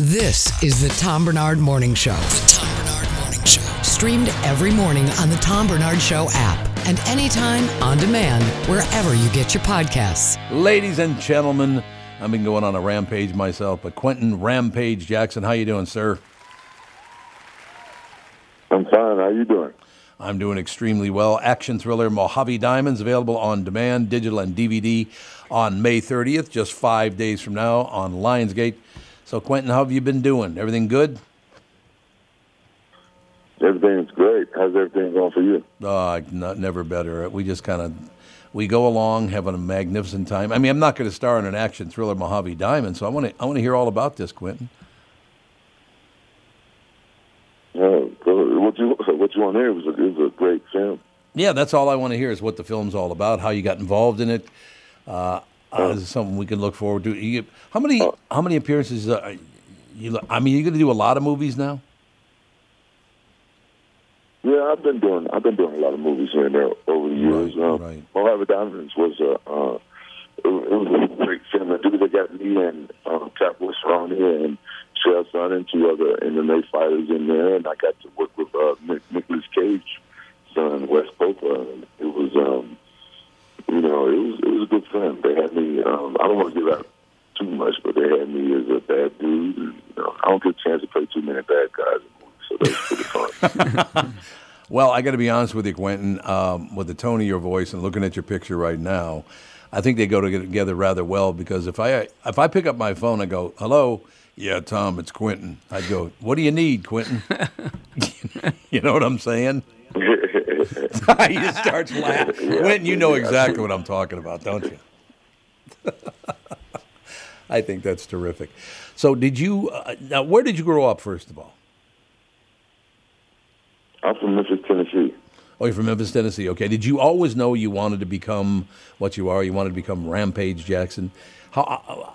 This is the Tom Bernard Morning Show. The Tom Bernard Morning Show. Streamed every morning on the Tom Bernard Show app and anytime on demand wherever you get your podcasts. Ladies and gentlemen, I've been going on a rampage myself, but Quentin Rampage Jackson, how you doing, sir? I'm fine. How you doing? I'm doing extremely well. Action thriller Mojave Diamonds available on demand, digital and DVD on May 30th, just five days from now on Lionsgate. So, Quentin, how have you been doing? Everything good? Everything's great. How's everything going for you? Uh, not never better. We just kind of we go along having a magnificent time. I mean, I'm not going to star in an action thriller Mojave Diamond, so I want to I want to hear all about this, Quentin. Oh, good. what you what you want there was a, it was a great film. Yeah, that's all I want to hear is what the film's all about, how you got involved in it. Uh, uh, this is something we can look forward to. You, how many how many appearances? Uh, you, I mean, you're going to do a lot of movies now. Yeah, I've been doing I've been doing a lot of movies here and there over the years. Right, um, right. Mojave Diamonds was a uh, it, was a great film. I think they got me and um, Cap Westron here and Shell Sun and two other MMA fighters in there, and I got to work with uh, Nic- Nicholas Cage, son Wes Popa. And it was um, you know it was it was a good film. They had me. Um, I don't want to give out too much, but they had me as a bad dude. And, you know, I don't get a chance to play too many bad guys, in movies, so that was pretty fun. Well, I got to be honest with you, Quentin. Um, with the tone of your voice and looking at your picture right now, I think they go together rather well. Because if I if I pick up my phone and go, "Hello, yeah, Tom, it's Quentin," I'd go, "What do you need, Quentin?" you know what I'm saying? he just starts laughing. Quentin, you know exactly what I'm talking about, don't you? I think that's terrific. So, did you uh, now? Where did you grow up, first of all? I'm from Memphis, Tennessee. Oh, you're from Memphis, Tennessee. Okay. Did you always know you wanted to become what you are? You wanted to become Rampage Jackson. How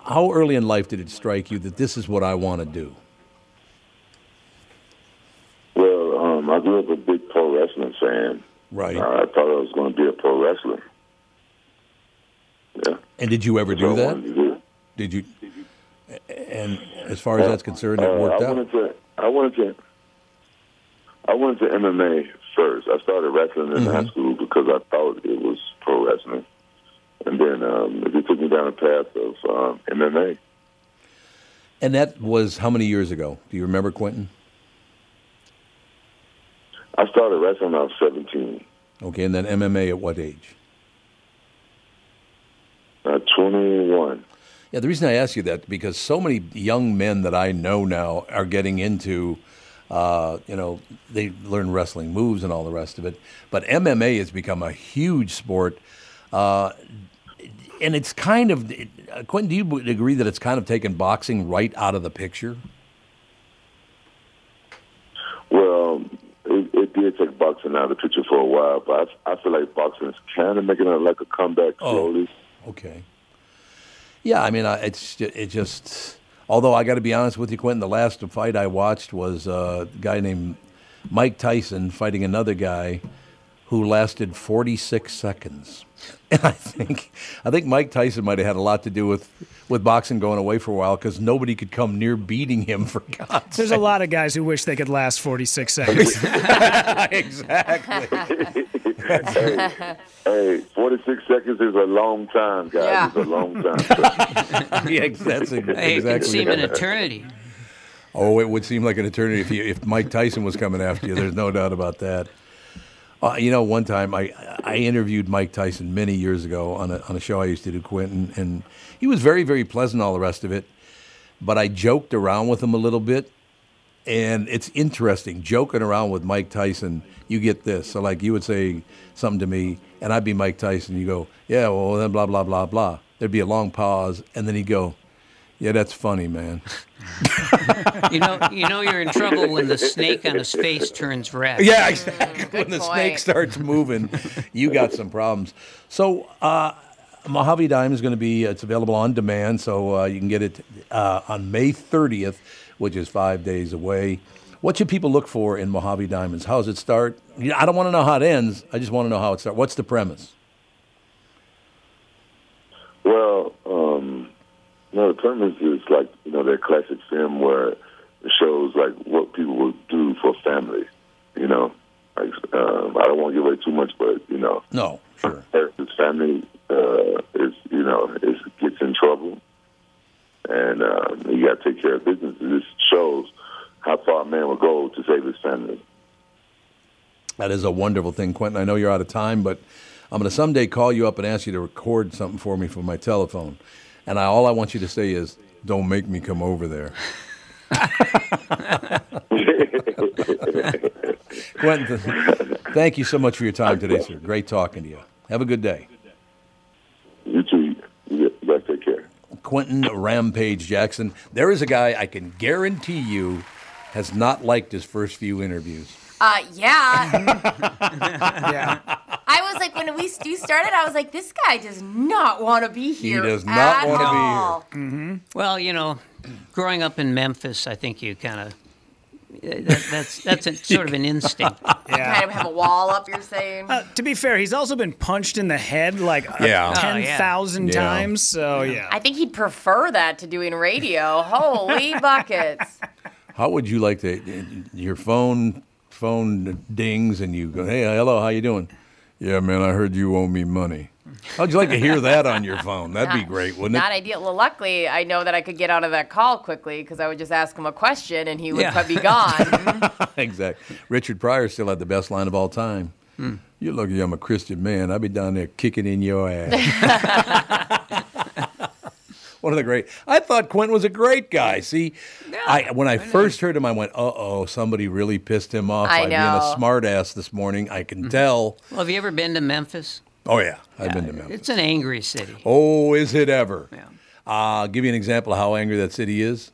uh, how early in life did it strike you that this is what I want to do? Well, um, I grew up a big pro wrestling fan. Right. Uh, I thought I was going to be a pro wrestler. Yeah. And did you ever do So I wanted that? to do it. Did you? And as far as that's concerned, it Uh, worked I out. Wanted to, I wanted to. I went to MMA first. I started wrestling in Mm-hmm. high school because I thought it was pro wrestling, and then um, it took me down the path of um, MMA. And that was how many years ago? Do you remember, Quentin? I started wrestling when I was 17, Okay. And then MMA at what age? uh, 21. Yeah, the reason I ask you that because so many young men that I know now are getting into, uh, you know, they learn wrestling moves and all the rest of it. But MMA has become a huge sport, uh, and it's kind of it, uh, Quentin. Do you agree that it's kind of taken boxing right out of the picture? Well, um, it, it did take boxing out of the picture for a while, but I, I feel like boxing is kind of making a, like a comeback slowly. Okay. Yeah, I mean, I, it's ju- it just. Although I got to be honest with you, Quentin, the last fight I watched was uh, a guy named Mike Tyson fighting another guy who lasted 46 seconds. And I think I think Mike Tyson might have had a lot to do with, with boxing going away for a while because nobody could come near beating him for God's There's sake. a lot of guys who wish they could last 46 seconds. exactly. Hey, 46 seconds is a long time, guys. Yeah. It's a long time. Yeah, ex- that's ex- Hey, it could exactly seem an right. eternity. Oh, it would seem like an eternity if you, if Mike Tyson was coming after you. There's no doubt about that. Uh, you know, one time I I interviewed Mike Tyson many years ago on a on a show I used to do, Quentin, and he was very very pleasant, all the rest of it. But I joked around with him a little bit, and it's interesting joking around with Mike Tyson. You get this, so like you would say something to me, and I'd be Mike Tyson. You go, yeah, well then blah blah blah blah. There'd be a long pause, and then he'd go, yeah, that's funny, man. You know, you know you're in trouble when the snake on his face turns red. Yeah, exactly. when the snake point. starts moving, you got some problems. So, uh, Mojave Dime is going to be, uh, it's available on demand, so uh, you can get it uh, on May 30th, which is five days away. What should people look for in Mojave Diamonds? How does it start? You know, I don't want to know how it ends. I just want to know how it starts. What's the premise? well, um, No, the premise is like you know that classic film where it shows like what people will do for family. You know, like um, I don't want to give away too much, but you know, No, sure. if his family uh, is you know is gets in trouble, and um, you got to take care of business. It just shows how far a man will go to save his family. That is a wonderful thing, Quentin. I know you're out of time, but I'm going to someday call you up and ask you to record something for me for my telephone. And I, all I want you to say is, "Don't make me come over there." Quentin, th- thank you so much for your time today, sir. Great talking to you. Have a good day. You too. You got to take care. Quentin Rampage Jackson. There is a guy I can guarantee you has not liked his first few interviews. Uh, yeah. Yeah. I was like, when we you started, I was like, this guy does not want to be here. does not at wanna be here. all. Well, you know, growing up in Memphis, I think you kind of. That, that's that's a, sort of an instinct. Kind of have a wall up. You're saying. Uh, to be fair, he's also been punched in the head like Yeah. uh Oh, yeah. 10,000 Yeah. times. So, yeah. I think he'd prefer that to doing radio. Holy buckets. How would you like to? Your phone phone dings and you go, "Hey, hello, how you doing?" Yeah, man, I heard you owe me money. How'd you like to hear that on your phone? That'd be Not- great, wouldn't Not it? ideal. Well, luckily, I know that I could get out of that call quickly because I would just ask him a question and he would Yeah. be gone. exactly. Richard Pryor still had the best line of all time. You're lucky I'm a Christian man. I'd be down there kicking in your ass. One of the great. I thought Quentin was a great guy. See, I when I, first heard him, I went, "Uh oh, somebody really pissed him off I by being a know. smart ass this morning." I can tell. Well, have you ever been to Memphis? Oh yeah, I've been to Memphis. It's an angry city. Oh, is it ever? Yeah. I'll give you an example of how angry that city is.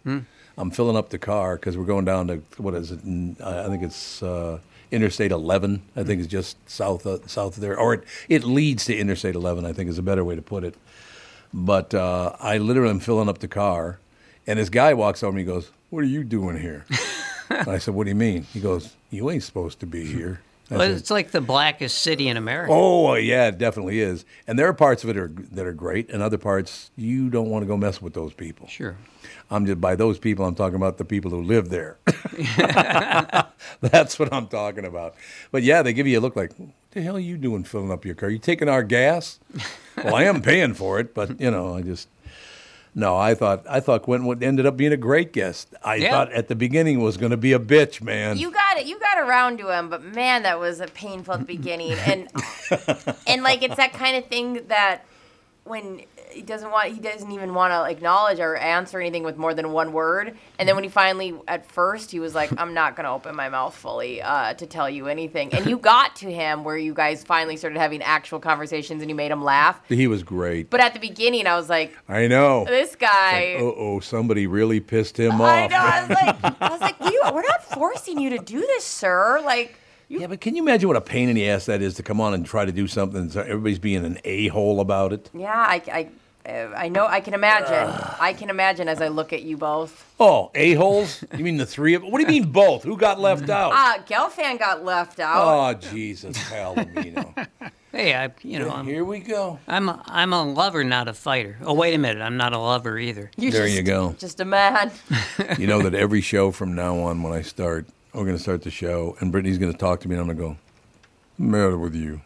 I'm filling up the car because we're going down to what is it? N- I I think it's uh, Interstate 11. I think it's just south of, south of there, or it, it leads to Interstate 11. I think is a better way to put it. But uh, I literally am filling up the car, and this guy walks over me. and goes, "What are you doing here?" and I said, "What do you mean?" He goes, "You ain't supposed to be here." I Well, said, it's like the blackest city in America. Oh yeah, it definitely is. And there are parts of it are, that are great, and other parts you don't want to go mess with those people. Sure. I'm just by those people. I'm talking about the people who live there. That's what I'm talking about. But yeah, they give you a look like, what the hell are you doing filling up your car? You taking our gas? well, I am paying for it, but you know, I just. No, I thought I thought Quentin would- ended up being a great guest. I Yeah. thought at the beginning was going to be a bitch, man. you got it. You got around to him, but man, that was a painful at the beginning. And and like it's that kind of thing that when he doesn't want, he doesn't even want to acknowledge or answer anything with more than one word. And then when he finally, at first, he was like, "I'm not going to open my mouth fully uh, to tell you anything." And you got to him where you guys finally started having actual conversations, and you made him laugh. he was great. But at the beginning, I was like, I know. this guy. oh, oh, somebody really pissed him off. I know. I was like, I was like, "We- we're not forcing you to do this, sir. Like, Yeah, but can you imagine what a pain in the ass that is to come on and try to do something? And so everybody's being an a hole about it. yeah, I, I, uh, I know. I can imagine. I can imagine as I look at you both. Oh, a holes? you mean the three of? What do you mean both? Who got left out? Uh, Gelfand got left out. Oh, Jesus, Palomino. Hey, I, you know, Um, I'm, Here we go. I'm a, I'm a lover, not a fighter. Oh, wait a minute, I'm not a lover either. you there just, you go. Just a man. You know that every show from now on, when I start, we're going to start the show, and Brittany's going to talk to me, and I'm going to go, "What's the matter with you?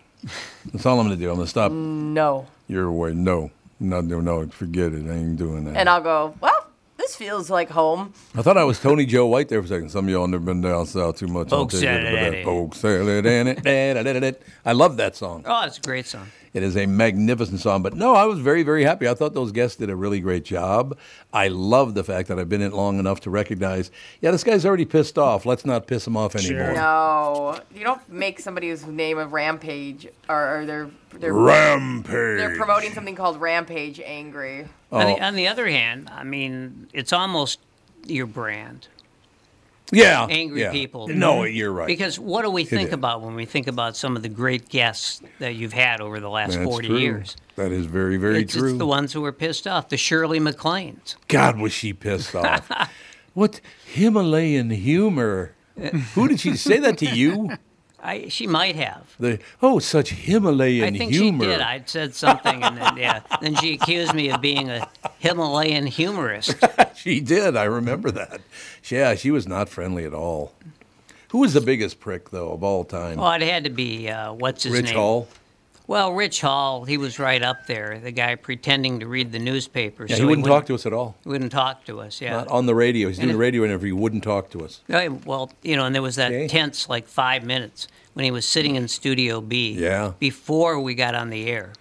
That's all I'm going to do. I'm going to stop No. your way. No, no, no, no. Forget it. I ain't doing that. And I'll go. Well, this feels like home. I thought I was Tony Joe White there for a second. Some of y'all never been down south too much. I'll Folks tell you said it, about ain't that. it? Folks said it, ain't it? Da, da, da, da, da. I love that song. Oh, it's a great song. It is a magnificent song. But no, I was very, very happy. I thought those guests did a really great job. I love the fact that I've been in it long enough to recognize, yeah, this guy's already pissed off. Let's not piss him off anymore. No, Oh, you don't make somebody whose name of Rampage or, or they're they're Rampage. they're promoting something called Rampage angry. On, Oh. the, on the other hand, I mean, it's almost your brand. yeah, angry yeah. people. No, you're right. Because what do we think is. about when we think about some of the great guests that you've had over the last That's 40 true. years? That is very, very It's, true. it's the ones who were pissed off, the Shirley MacLaines. God, was she pissed off? what Himalayan humor? Who did she say that to you? I, she might have. The, oh, such Himalayan I think humor. she did. I said something, and then, yeah, then she accused me of being a Himalayan humorist. She did. I remember that. Yeah, she was not friendly at all. Who was the biggest prick though of all time? Well, it had to be uh, what's his Rich name? Hall. Well, Rich Hall, he was right up there. The guy pretending to read the newspaper. Yeah, so he wouldn't talk to us at all. He wouldn't talk to us. Yeah. Not on the radio. He's doing it- a radio interview. He wouldn't talk to us. Yeah, well, you know, and there was that Okay. tense like five minutes when he was sitting in Studio B. Yeah. Before we got on the air,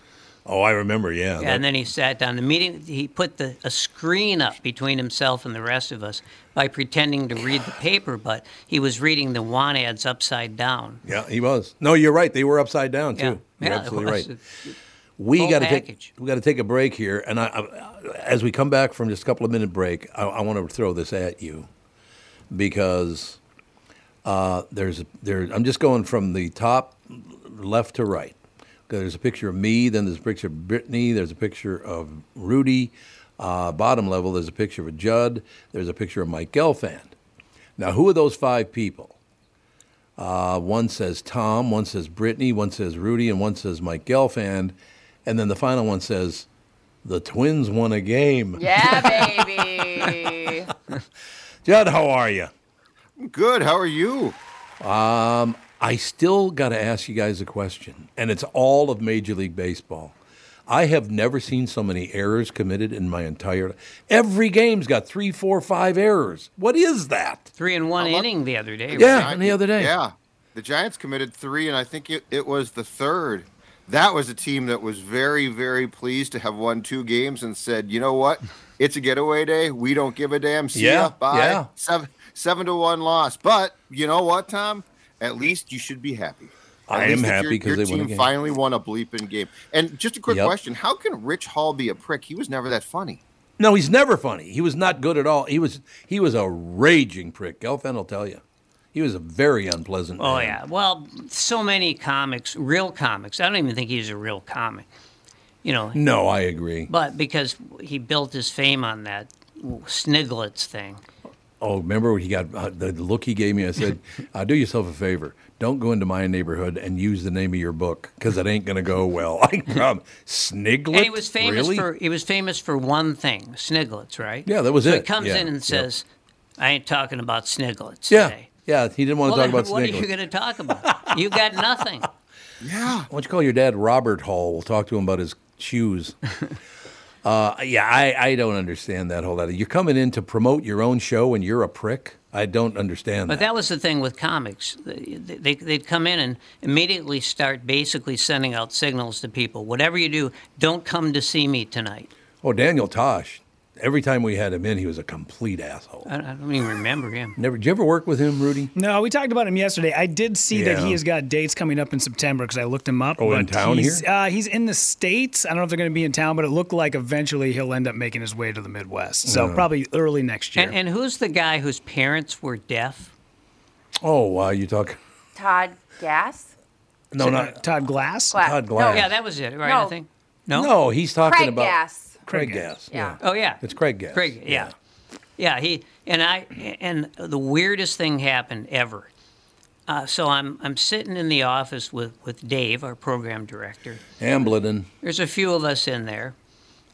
Oh, I remember. Yeah. that- and then he sat down. The meeting, he put the, a screen up between himself and the rest of us by pretending to read the paper, but he was reading the want ads upside down. yeah, he was. No, you're right. They were upside down too. Yeah. You're Yeah, it absolutely was. right. We full got to take package. we got to take a break here, and I, I, as we come back from just a couple of minute break, I, I want to throw this at you because uh, there's there. I'm just going from the top left to right. 'Cause There's a picture of me, then there's a picture of Brittany, there's a picture of Rudy. Uh, bottom level, there's a picture of Judd. There's a picture of Mike Gelfand. Now, who are those five people? Uh, one says Tom, one says Brittany, one says Rudy, and one says Mike Gelfand. And then the final one says, the Twins won a game. Yeah, baby. Judd, how are you? Good. How are you? I still got to ask you guys a question, and it's all of Major League Baseball. I have never seen so many errors committed in my entire. Every game's got three, four, five errors. What is that? Three in one inning the other day. Yeah, right? and the other day. Yeah. The Giants committed three, and I think it, it was the third. That was a team that was very, very pleased to have won two games and said, you know what? It's a getaway day. We don't give a damn. See Yeah, ya. Bye. yeah. Seven, seven to one loss. But you know what, Tom? At least you should be happy. At I am least that happy your- 'cause your they won a team game. finally won a bleeping game. And just a quick Yep. question: How can Rich Hall be a prick? He was never that funny. No, he's never funny. He was not good at all. He was he was a raging prick. Gelfand will tell you. He was a very unpleasant Oh man. yeah. Well, so many comics, real comics. I don't even think he's a real comic. You know, No, I agree. but because he built his fame on that Sniglets thing. Oh, remember when he got uh, the look he gave me? I said, uh, "Do yourself a favor. Don't go into my neighborhood and use the name of your book because it ain't gonna go well." I um, Sniglet. And he was famous Really? for he was famous for one thing, Sniglets, right? Yeah, that was so it. He comes Yeah, in and yep. says, "I ain't talking about Sniglets yeah, today." yeah. He didn't want to Well, talk about what are you Sniglet. going to talk about? You got nothing. Yeah. Why don't you call your dad Robert Hall? We'll talk to him about his shoes. uh, yeah, I, I don't understand that whole lot. You're coming in to promote your own show and you're a prick. I don't understand But that was the thing with comics. They, they, they'd come in and immediately start basically sending out signals to people whatever you do, don't come to see me tonight. Oh, Daniel Tosh. Every time we had him in, he was a complete asshole. I, I don't even remember him. Never. Did you ever work with him, Rudy? No, we talked about him yesterday. I did see that Yeah. he has got dates coming up in September because I looked him up. Oh, in but town he's, here? Uh, he's in the states. I don't know if they're going to be in town, but it looked like eventually he'll end up making his way to the Midwest. So probably early next year. And, and who's the guy whose parents were deaf? Oh, wow. You talk. Todd Gas? No, not uh, Todd Glass. Glass. Todd No, Glass. Uh, Yeah, that was it, right? I No. think. No? No, he's talking Craig about Gas. Craig, Craig Gas. Gass. Yeah. Oh yeah. It's Craig Gass. Craig, yeah. yeah, He and I and the weirdest thing happened ever. Uh, so I'm I'm sitting in the office with with Dave, our program director. Hambledon. There's a few of us in there,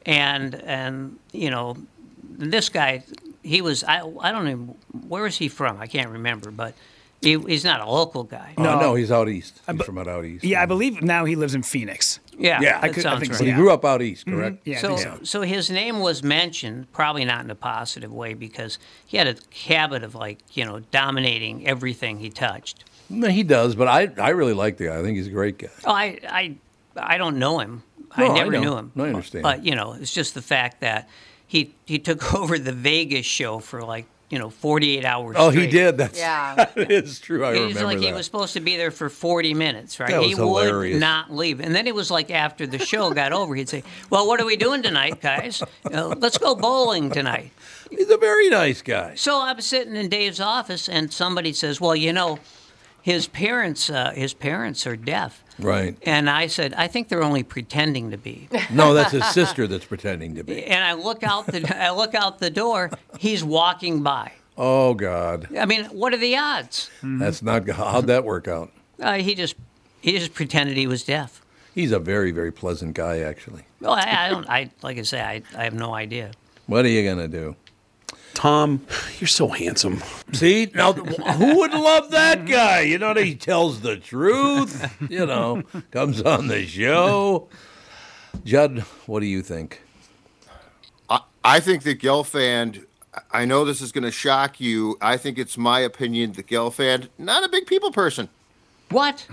and and you know, this guy, he was I I don't even where is he from? I can't remember, but he, he's not a local guy. No, Uh, no, he's out east. He's from out, out east. Yeah, I believe now he lives in Phoenix. Yeah, yeah, I that could- I sounds think right. so. But he grew up out east, correct? Mm-hmm, Yeah, I So, think so. so his name was mentioned, probably not in a positive way, because he had a habit of like you know dominating everything he touched. No, he does, but I, I really like the guy. I think he's a great guy. Oh, I I I don't know him. No, I I never know. knew him. No, I understand. But you know, it's just the fact that he he took over the Vegas show for like you know 48 hours. Oh, he straight. did. That's Yeah. that is true. I He's remember like that. he was supposed to be there for 40 minutes, right? That he was would hilarious. not leave. And then it was like after the show got over, he'd say, "Well, what are we doing tonight, guys? Uh, let's go bowling tonight." he's a very nice guy. So I'm sitting in Dave's office, and somebody says, "Well, you know, his parents, uh, his parents are deaf." Right. And I said, "I think they're only pretending to be." No, that's his sister that's pretending to be. and I look out the I look out the door. He's walking by. Oh God, I mean, what are the odds? Mm-hmm. that's not how'd that work out? Uh, he just he just pretended he was deaf. He's a very, very pleasant guy, actually. Well, I, I don't. I like I say, I, I have no idea. What are you gonna do? Tom, you're so handsome. See, now who would love that guy? You know, he tells the truth. You know, comes on the show. Judd, what do you think? I, I think that Gelfand. I know this is going to shock you. I think it's my opinion that Gelfand not a big people person. What?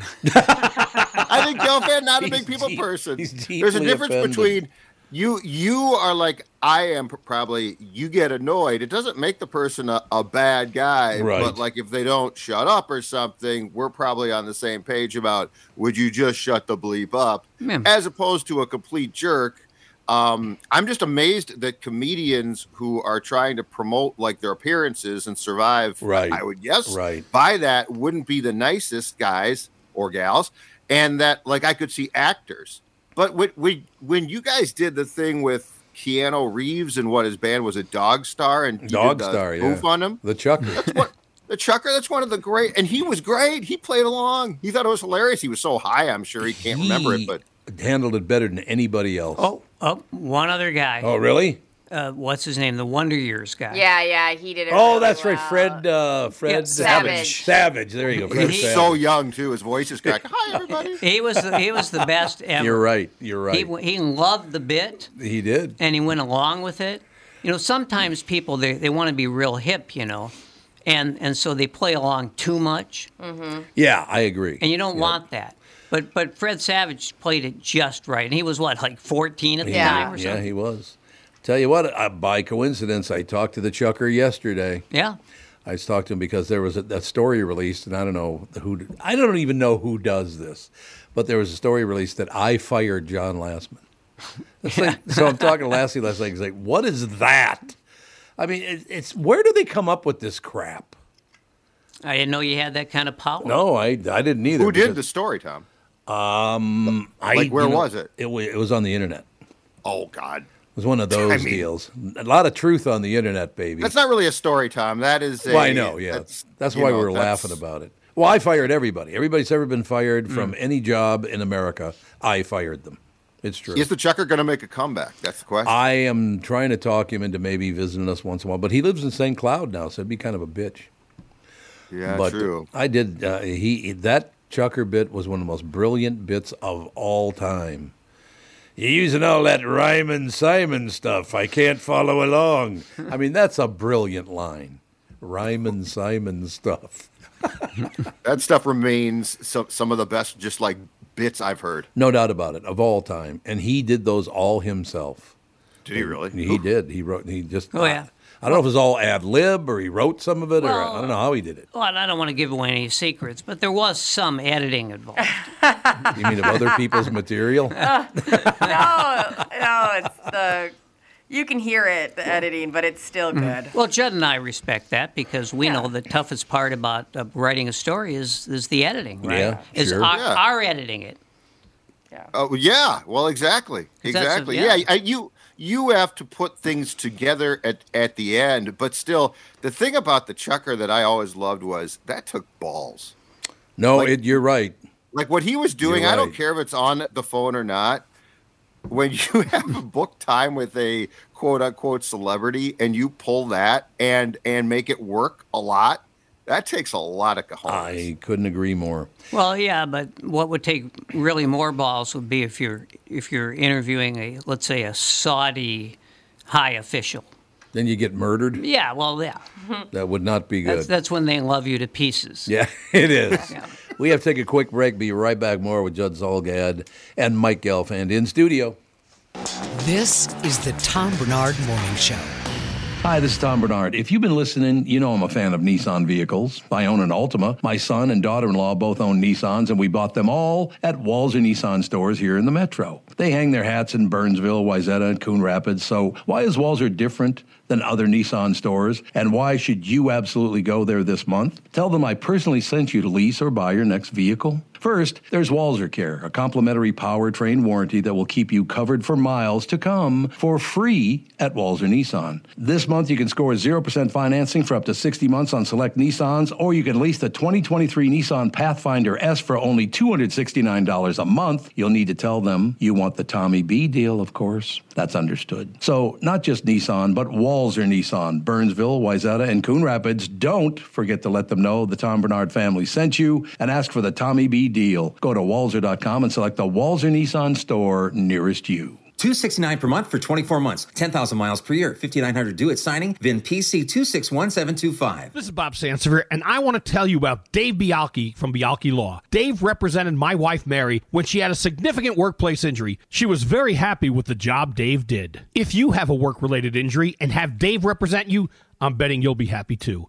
I think Gelfand not a big people deep- person. he's There's a deeply difference offended. between you. You are like I am probably. You get annoyed. It doesn't make the person a, a bad guy, Right. but like if they don't shut up or something, we're probably on the same page about would you just shut the bleep up, Yeah. as opposed to a complete jerk. Um, I'm just amazed that comedians who are trying to promote like their appearances and survive, Right. I would guess, Right. by that wouldn't be the nicest guys or gals, and that like I could see actors. But when when, when you guys did the thing with Keanu Reeves and what his band was a Dog Star and you did Dog the Star, yeah. spoof on him, The Chucker. what, the Chucker. That's one of the great, and he was great. He played along. He thought it was hilarious. He was so high, I'm sure he can't remember it, He but. handled it better than anybody else. Oh, oh, one other guy. Oh, really? Uh, what's his name? The Wonder Years guy. Yeah, yeah, he did it. Oh, really that's right, well. Fred. Uh, Fred Yeah, Savage. Savage. There you go. Fred He's Savage. so young too. His voice is cracking. Hi, everybody. He was the, he was the best ever. You're right. You're He right. w- he loved the bit He did. and he went along with it. You know, sometimes people they, they want to be real hip, you know, and and so they play along too much, Yeah, I agree. and you don't want that. But but Fred Savage played it just right, and he was what like 14 at the Yeah. time or Yeah, something. he was. Tell you what, uh, by coincidence, I talked to the Chucker yesterday. Yeah, I talked to him because there was a, a story released, and I don't know who. I don't even know who does this, but there was a story released that I fired John Lastman. It's like- so I'm talking to Lassie last night. He's like, "What is that?" I mean, it, it's where do they come up with this crap? I didn't know you had that kind of power. No, I, I didn't either. Who did the because story, Tom? I- like, where you know, was it? It was, it was on the internet. It Oh God, was one of those mean- deals. A lot of truth on the internet, baby. that's not really a story, Tom. That is. A, Well, I know, yeah. That's, you why know, we were laughing that's- Hmm. about it. Well, I fired everybody. Everybody's ever been fired from any job in America. I fired them. It's true. Is the Chucker going to make a comeback? That's the question. I am trying to talk him into maybe visiting us once in a while, but he lives in St. Cloud now, so it'd be kind of a bitch. yeah, but true. I did. Uh, he that chucker bit was one of the most brilliant bits of all time. You're using all that Ryman Simon stuff. I can't follow along. I mean, that's a brilliant line. Ryman Simon stuff. That stuff remains some some of the best, just like bits I've heard. No doubt about it, of all time. And he did those all himself. Did he really? He did. He wrote. He just. Oh, yeah. I, I don't know if it was all ad lib or he wrote some of it or I Well- don't know how he did it. Well, and I don't want to give away any secrets, but there was some editing involved. You mean of other people's material? No, no, it's the. You can hear it, the editing, but it's still Mm-hmm. good. Well, Judd and I respect that because we know the toughest part about uh, writing a story is is the editing, right? Yeah, is sure. our, Yeah. our editing it. Oh yeah. Well, exactly. that so- Exactly. yeah. yeah. I- you you have to put things together at at the end, but still, the thing about the Chucker that I always loved was that took balls. No, it, you're right. Like what he was doing, You're I don't right. care if it's on the phone or not. When you have booked time with a quote unquote celebrity and you pull that and and make it work a lot, that takes a lot of cojones. I couldn't agree more. Well, yeah, but what would take really more balls would be if you're if you're interviewing a let's say a Saudi high official. Then you get murdered. Yeah, well, yeah, That would not be good. that's that's when they love you to pieces. yeah, it is. We have to take a quick break. Be right back more with Judd Zolgad and Mike Gelfand in studio. This is the Tom Bernard Morning Show. Hi, this is Tom Bernard. If you've been listening, you know I'm a fan of Nissan vehicles. I own an Altima. My son and daughter in law both own Nissans, and we bought them all at Walzer Nissan stores here in the metro. They hang their hats in Burnsville, Wayzata, and Coon Rapids. So why is Walzer different than other Nissan stores? And why should you absolutely go there this month? Tell them I personally sent you to lease or buy your next vehicle. First, there's Walzer Care, a complimentary powertrain warranty that will keep you covered for miles to come for free at Walzer Nissan. This month, you can score 0% financing for up to 60 months on select Nissans, or you can lease the 2023 Nissan Pathfinder S for only $269 a month. You'll need to tell them you want the Tommy B deal, of course. That's understood. So, not just Nissan, but Walzer Nissan, Burnsville, Wayzata, and Coon Rapids. Don't forget to let them know the Tom Bernard family sent you and ask for the Tommy B deal. Go to walzer.com and select the Walzer Nissan store nearest you. 269 per month for 24 months, 10,000 miles per year, 5,900 due at signing, VIN PC 261725. This is Bob Sansevier, and I want to tell you about Dave Bialki from Bialki Law. Dave represented my wife, Mary, when she had a significant workplace injury. She was very happy with the job Dave did. If you have a work related injury and have Dave represent you, I'm betting you'll be happy too.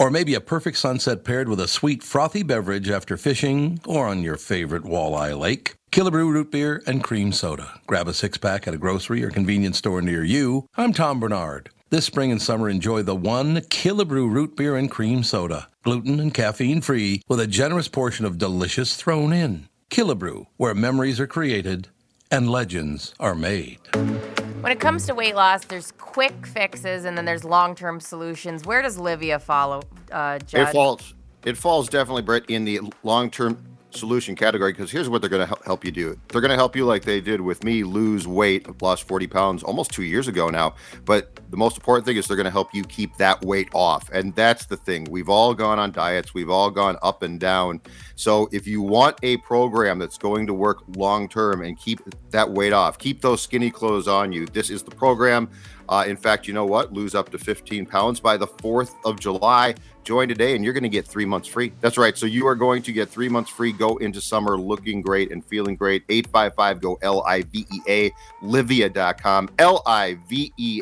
Or maybe a perfect sunset paired with a sweet, frothy beverage after fishing or on your favorite walleye lake. Killebrew root beer and cream soda. Grab a six pack at a grocery or convenience store near you. I'm Tom Bernard. This spring and summer, enjoy the one Killebrew root beer and cream soda, gluten and caffeine free, with a generous portion of delicious thrown in. Killebrew, where memories are created and legends are made. When it comes to weight loss, there's quick fixes and then there's long term solutions. Where does Livia follow, uh, Judge? It falls. It falls definitely, Brett, in the long-term solution category because here's what they're going to hel- help you do. They're going to help you like they did with me lose weight. I've lost 40 pounds almost two years ago now. But the most important thing is they're going to help you keep that weight off, and that's the thing. We've all gone on diets. We've all gone up and down. So if you want a program that's going to work long-term and keep that weight off, keep those skinny clothes on you. This is the program. Uh, in fact, you know what? Lose up to 15 pounds by the 4th of July. Join today and you're going to get three months free. That's right. So you are going to get three months free. Go into summer looking great and feeling great. 855 go L I V E A, livia.com, L I V E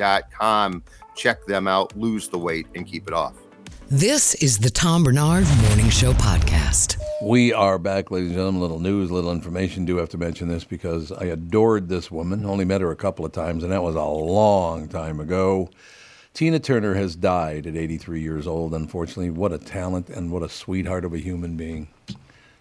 A.com. Check them out, lose the weight, and keep it off. This is the Tom Bernard Morning Show Podcast. We are back, ladies and gentlemen. Little news, little information. Do have to mention this because I adored this woman. Only met her a couple of times, and that was a long time ago. Tina Turner has died at 83 years old, unfortunately. What a talent and what a sweetheart of a human being.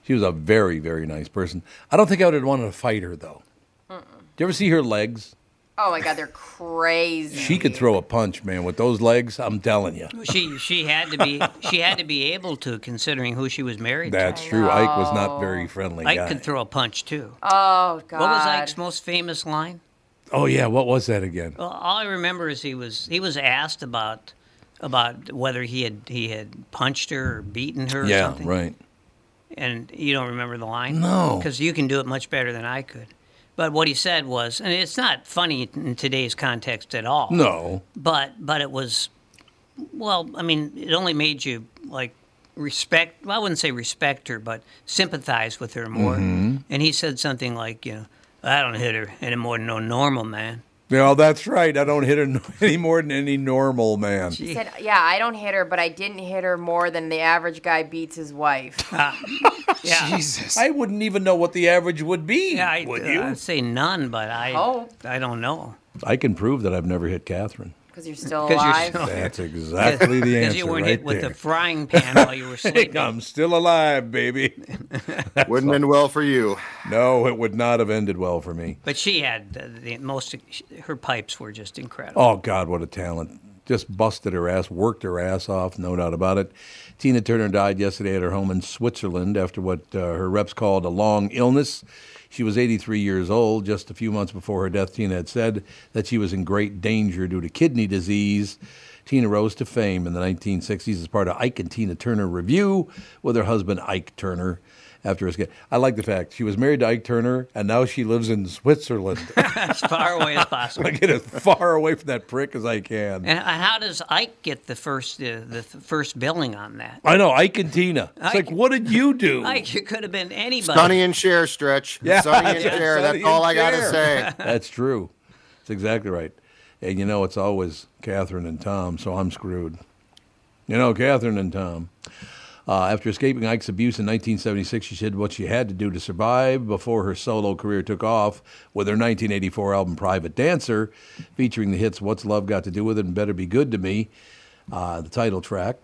She was a very, very nice person. I don't think I would have wanted to fight her, though. Do you ever see her legs? Oh my God, they're crazy. She could throw a punch, man. With those legs, I'm telling you. She she had to be she had to be able to considering who she was married That's true. Ike was not very friendly. to. Ike guy. could throw a punch too. Oh God. what was Ike's most famous line? Oh yeah, what was that again? Well, all I remember is he was he was asked about about whether he had he had punched her or beaten her or yeah, something. right. And you don't remember the line? No. Because you can do it much better than I could. But what he said was, and it's not funny in today's context at all. No, But but it was, well, I mean, it only made you like respect. Well, I wouldn't say respect her, but sympathize Mm-hmm. with her more. And he said something like, you know, I don't hit her any more than no normal man. No, that's right. I don't hit her any more than any normal man. She said, "Yeah, I don't hit her, but I didn't hit her more than the average guy beats his wife." Jesus. I wouldn't even know what the average would be. Yeah, I, uh, would you? I'd say none, but I I don't know. I can prove that I've never hit Catherine. Because you're still 'Cause you're alive. still- That's exactly the 'Cause answer. you weren't right hit with there. the frying pan while you were sleeping. I'm still alive, baby. Wouldn't end well for you. No, it would not have ended well for me. But she had the, the most. Her pipes were just incredible. Oh God, what a talent! Just busted her ass, worked her ass off, no doubt about it. Tina Turner died yesterday at her home in Switzerland after what uh, her reps called a long illness. She was 83 years old. Just a few months before her death, Tina had said that she was in great danger due to kidney disease. Tina rose to fame in the 1960s as part of Ike and Tina Turner Review with her husband Ike Turner. After his, get- I like the fact she was married to Ike Turner, and now she lives in Switzerland. as far away as I'm possible. gonna get as far away from that prick as I can. And how does Ike get the first uh, the first billing on that? I know Ike and Tina. It's Ike- like, what did you do? Ike, it could have been anybody. Sonny and share stretch. Yeah, Sonny and yeah, share. Sonny That's all and I gotta Cher. say. That's true. That's exactly right. And you know, it's always Catherine and Tom, so I'm screwed. You know, Catherine and Tom. Uh, after escaping Ike's abuse in 1976, she did what she had to do to survive before her solo career took off with her 1984 album Private Dancer, featuring the hits What's Love Got to Do with It and Better Be Good to Me, uh, the title track.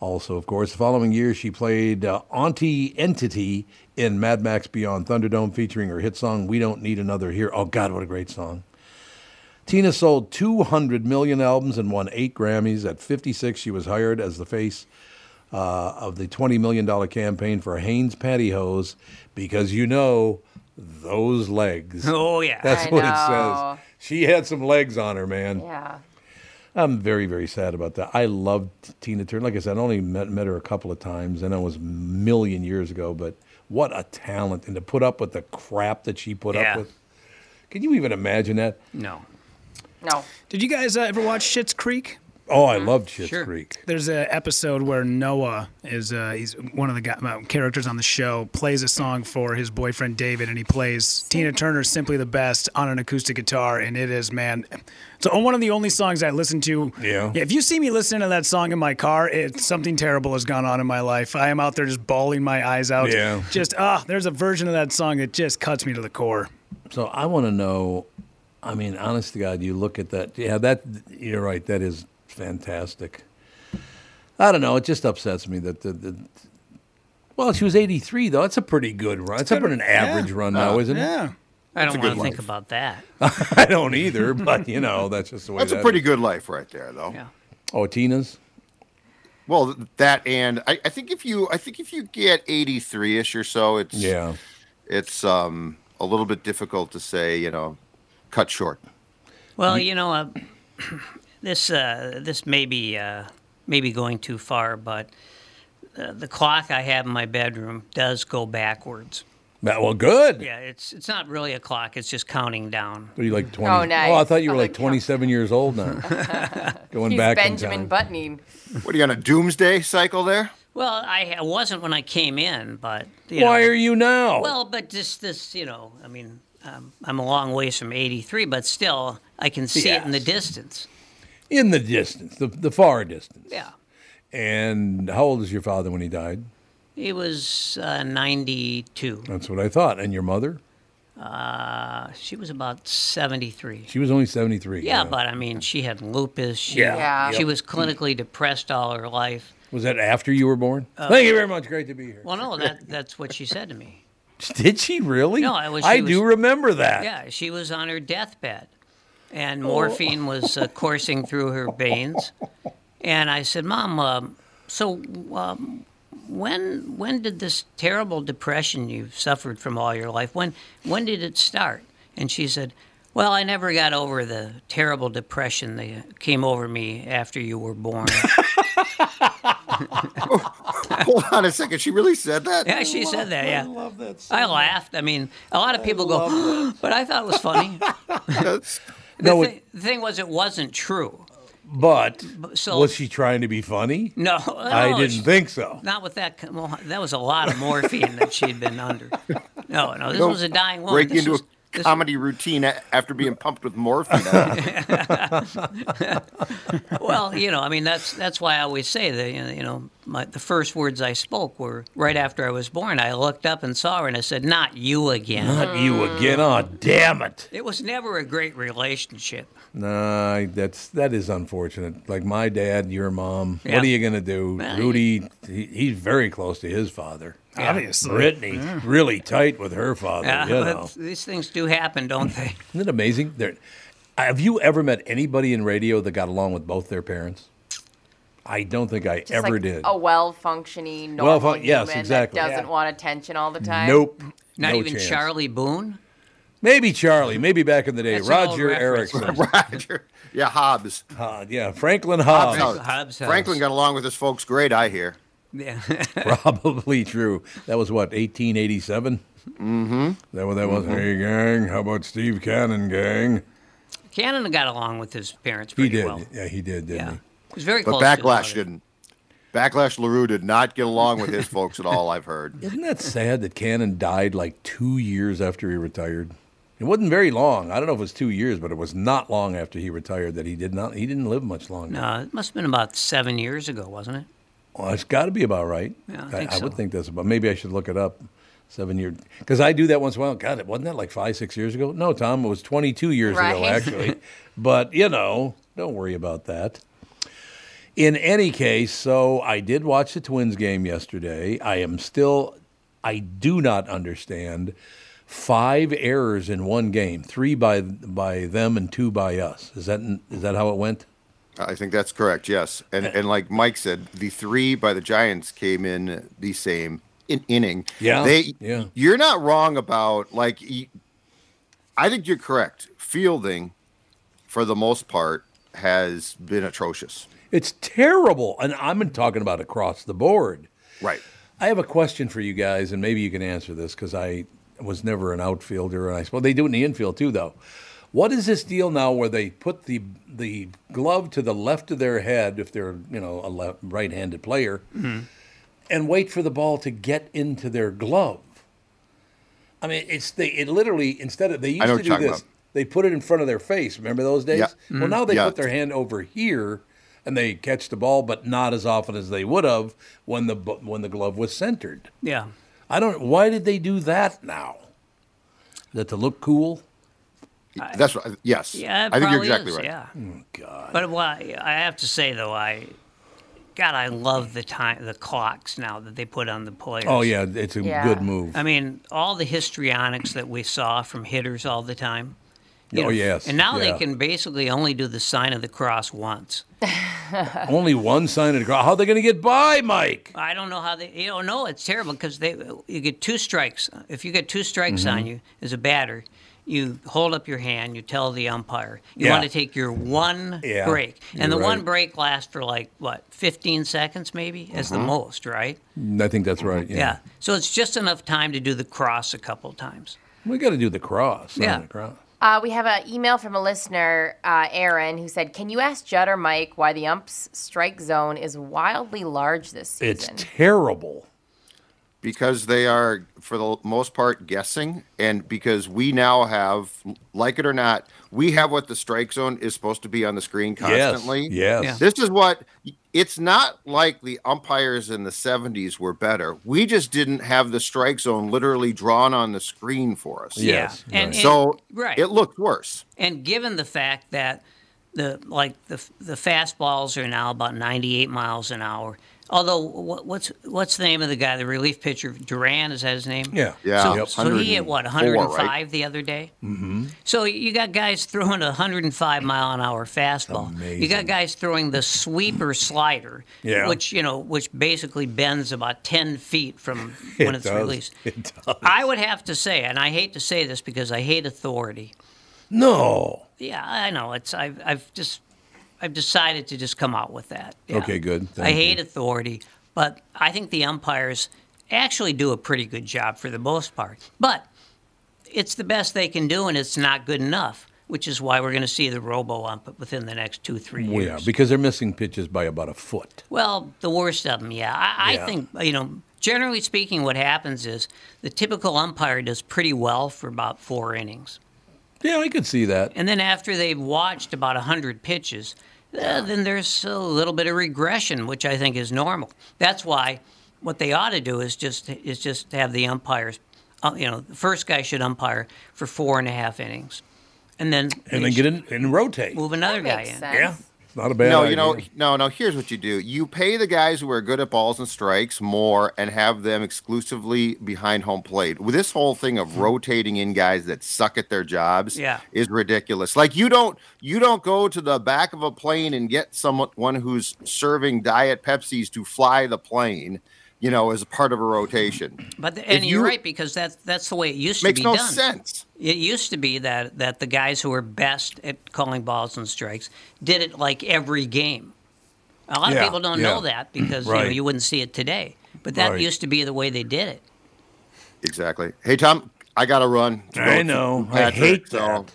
Also, of course, the following year she played uh, Auntie Entity in Mad Max Beyond Thunderdome, featuring her hit song We Don't Need Another Here. Oh, God, what a great song! Tina sold 200 million albums and won eight Grammys. At 56, she was hired as the face uh, of the $20 million campaign for Hanes pantyhose because you know those legs. Oh yeah. That's I what know. it says. She had some legs on her, man. yeah. I'm very, very sad about that. I loved Tina Turner. Like I said, I only met, met her a couple of times, and that was a million years ago. But what a talent! And to put up with the crap that she put Yeah. up with. Can you even imagine that? no. No. Did you guys uh, ever watch Shit's Creek? Oh, I loved Schitt's Sure. Creek. There's an episode where Noah is uh, he's one of the guy, uh, characters on the show plays a song for his boyfriend David, and he plays Tina Turner's "Simply the Best" on an acoustic guitar, and it is man, it's one of the only songs I listen to. Yeah. If you see me listening to that song in my car, it's something terrible has gone on in my life. I am out there just bawling my eyes out. Yeah. Just ah, there's a version of that song that just cuts me to the core. So I want to know. I mean, honest to God, you look at that. Yeah, that you're right. That is fantastic. I don't know. It just upsets me that the. the well, she was 83 though. That's a pretty good run. It's, up an average run now, isn't it? Yeah. I don't want good to think life. about that. I don't either, but you know, that's just the way. That's a that pretty is. good life right there, though. Yeah. Oh, Tina's. Well, th- that and I, I think if you I think if you get 83 ish or so, it's Yeah. it's um a little bit difficult to say you know cut short. Well, you know, uh, this uh, this may be uh, maybe going too far, but uh, the clock I have in my bedroom does go backwards. That- Well, good. Yeah, it's it's not really a clock; it's just counting down. Are you like 20? Oh, nice. I thought you were I'm like like, 27 years old now. Going He's back in Benjamin time. Buttoning. What are you on a doomsday cycle there? Well, I I wasn't when I came in, but you Why know, are you now? Well, but just this, you know, I mean, um, I'm a long ways from '83, but still, I can see it in the Yes. distance. in the distance, the, the far distance. Yeah, And how old is your father when he died? it was uh, '92. That's what I thought. And your mother? Uh, she was about 73. She was only 73. Yeah, but I mean, she had lupus. She, Yeah. Yeah. She was clinically depressed all her life. Was that after you were born? Oh. Thank you very much. Great to be here. Well, no, that that's what she said to me. Did she really? No, I was- I she was- do remember that. Yeah, she was on her deathbed, and morphine was uh, coursing through her veins. And I said, "Mom, um, so um, when when did this terrible depression you suffered from all your life? When when did it start?" And she said, "Well, I never got over the terrible depression that came over me after you were born." Hold on a second. She really said that. Yeah, she said that. Yeah, I love that. I laughed. I mean, a lot of people go, but I thought it was funny. the, No, thi- the thing was, it wasn't true. but so- was she trying to be funny? No, I no, didn't she- think so. Not with that. co- Well, that was a lot of morphine that she'd been under. No, no, this was a dying woman. Break This into was- a comedy routine a- after being pumped with morphine. well, you know, I mean, that's that's why I always say that. you know, You know, my, the first words I spoke were right after I was born. I looked up and saw her, and I said, "Not you again." Not you again. Oh, damn it. It was never a great relationship. Nah, I- that's that is unfortunate. Like my dad, your mom. Yeah. What are you gonna do? Well, Rudy, he, he's very close to his father. Obviously. Brittany, really tight with her father. Yeah, you know. Uh, but these things do happen, don't they? Isn't it amazing? There, have you ever met anybody in radio that got along with both their parents? I don't think I Just ever like did. A oh, well-functioning, normal Well-fun- yes, human exactly. that doesn't Yeah. want attention all the time. Nope. Not no even chance. Charlie Boone. Maybe Charlie. Maybe back in the day. That's an old Roger reference. Erickson. Roger. Yeah, Hobbs. Uh, yeah, Franklin Hobbs. Hobbs. Hobbs House. Franklin got along with his folks great, I hear. Yeah. Probably true. That was what 1887. Mm-hmm. That what that was. Mm-hmm. Hey gang, how about Steve Cannon gang? Cannon got along with his parents He pretty did. well. Yeah, he did. Didn't Yeah. he? He was very But close. to his Backlash mother. didn't. Backlash LaRue did not get along with his folks at all, I've heard. Isn't that sad that Cannon died like two years after he retired? It wasn't very long. I don't know if it was two years, but it was not long after he retired that he did not. He didn't live much longer. No, Uh, it must have been about seven years ago, wasn't it? Well, it's got to be about right. Yeah, I think so. would think that's about. Maybe I should look it up. Seven year, because I do that once in a while. God, it wasn't that like five, six years ago? No, Tom, it was 22 years ago Right. actually. but you know, don't worry about that. In any case, so I did watch the Twins game yesterday. I am still, I do not understand five errors in one game, three by by them and two by us. Is that is that how it went? I think that's correct, yes. And and like Mike said, the three by the Giants came in the same in- inning. Yeah, They yeah. you're not wrong about like y- I think you're correct. Fielding for the most part has been atrocious. It's terrible, and I'm talking about across the board. Right. I have a question for you guys, and maybe you can answer this because I was never an outfielder, and I suppose they do it in the infield too, though. What is this deal now where they put the the glove to the left of their head if they're you know a left, right-handed player, Mm-hmm. and wait for the ball to get into their glove? I mean, it's they it literally instead of they used know to what do you're this, talking about. they put it in front of their face. Remember those days? Yeah. Mm-hmm. Well, now they Yeah. put their hand over here and they catch the ball, but not as often as they would have when the bu- when the glove was centered. Yeah. I don't. Why did they do that now? Is that to look cool? That's right. Yes. Yeah, it I think you're probably exactly is, right. Yeah. Oh, God. But well, I I have to say though, I God, I love the time, the clocks now that they put on the players. Oh yeah, it's a Yeah. good move. I mean, all the histrionics that we saw from hitters all the time. you Oh, yes, And now yeah. they can basically only do the sign of the cross once. Only one sign of the cross. How are they going to get by, Mike? I don't know how they. You know, no, it's terrible because they you get two strikes. If you get two strikes on Mm-hmm. you as a batter, you hold up your hand. You tell the umpire you Yeah. want to take your one Yeah, break, and the you're one right. break lasts for like what, 15 seconds maybe, as Mm-hmm. the most, right? I think that's right. Yeah. Yeah. So it's just enough time to do the cross a couple times. We got to do the cross. sign of Yeah. The cross. Uh, we have an email from a listener, uh, Aaron, who said, "Can you ask Judd or Mike why the ump's strike zone is wildly large this It's season?" terrible. because they are for the most part guessing and because we now have like it or not we have what the strike zone is supposed to be on the screen constantly Yes. Yes. this is what it's not like the umpires in the 70s were better we just didn't have the strike zone literally drawn on the screen for us Yeah. Yes, Yeah. And, right. and- so right. it looked worse And given the fact that the like the the fastballs are now about 98 miles an hour. Although what, what's what's the name of the guy, the relief pitcher Duran? Is that his name? Yeah. Yeah, So, Yep. so he hit what 104, 105 the other day. Mm-hmm. So you got guys throwing a 105 mile an hour fastball. You got guys throwing the sweeper slider, Yeah. which you know which basically bends about 10 feet from It when it's does. released. It does. I would have to say, and I hate to say this because I hate authority. No. Yeah, I know. It's I've I've just I've decided to just come out with that. Yeah. Okay, good. I Thank hate you. authority, but I think the umpires actually do a pretty good job for the most part. But it's the best they can do, and it's not good enough, which is why we're going to see the robo ump within the next two three years. We are because they're missing pitches by about a foot. Well, the worst of them, yeah. I, Yeah. I think you know Generally speaking, what happens is the typical umpire does pretty well for about four innings. Yeah, I could see that. And then after they've watched about 100 pitches, uh, then there's a little bit of regression, which I think is normal. That's why what they ought to do is just is just have the umpires, uh, you know, the first guy should umpire for four and a half innings, and then And then get in and rotate. move another guy Makes in. sense. Yeah, it's not a bad. no, idea. you know, no, no. Here's what you do: you pay the guys who are good at balls and strikes more, and have them exclusively behind home plate. With this whole thing of rotating in guys that suck at their jobs, Hmm. Yeah. is ridiculous. Like you don't, you don't go to the back of a plane and get someone one who's serving diet Pepsis to fly the plane. You know, as part of a rotation, But the, and If you're you- right because that's that's the way it used to makes be no done. sense. It used to be that that the guys who were best at calling balls and strikes did it like every game. A lot Yeah, of people don't yeah. know that because you know Right. you wouldn't see it today. But that Right. used to be the way they did it. Exactly. Hey, Tom, I gotta run. to I go to know. I Patrick, hate so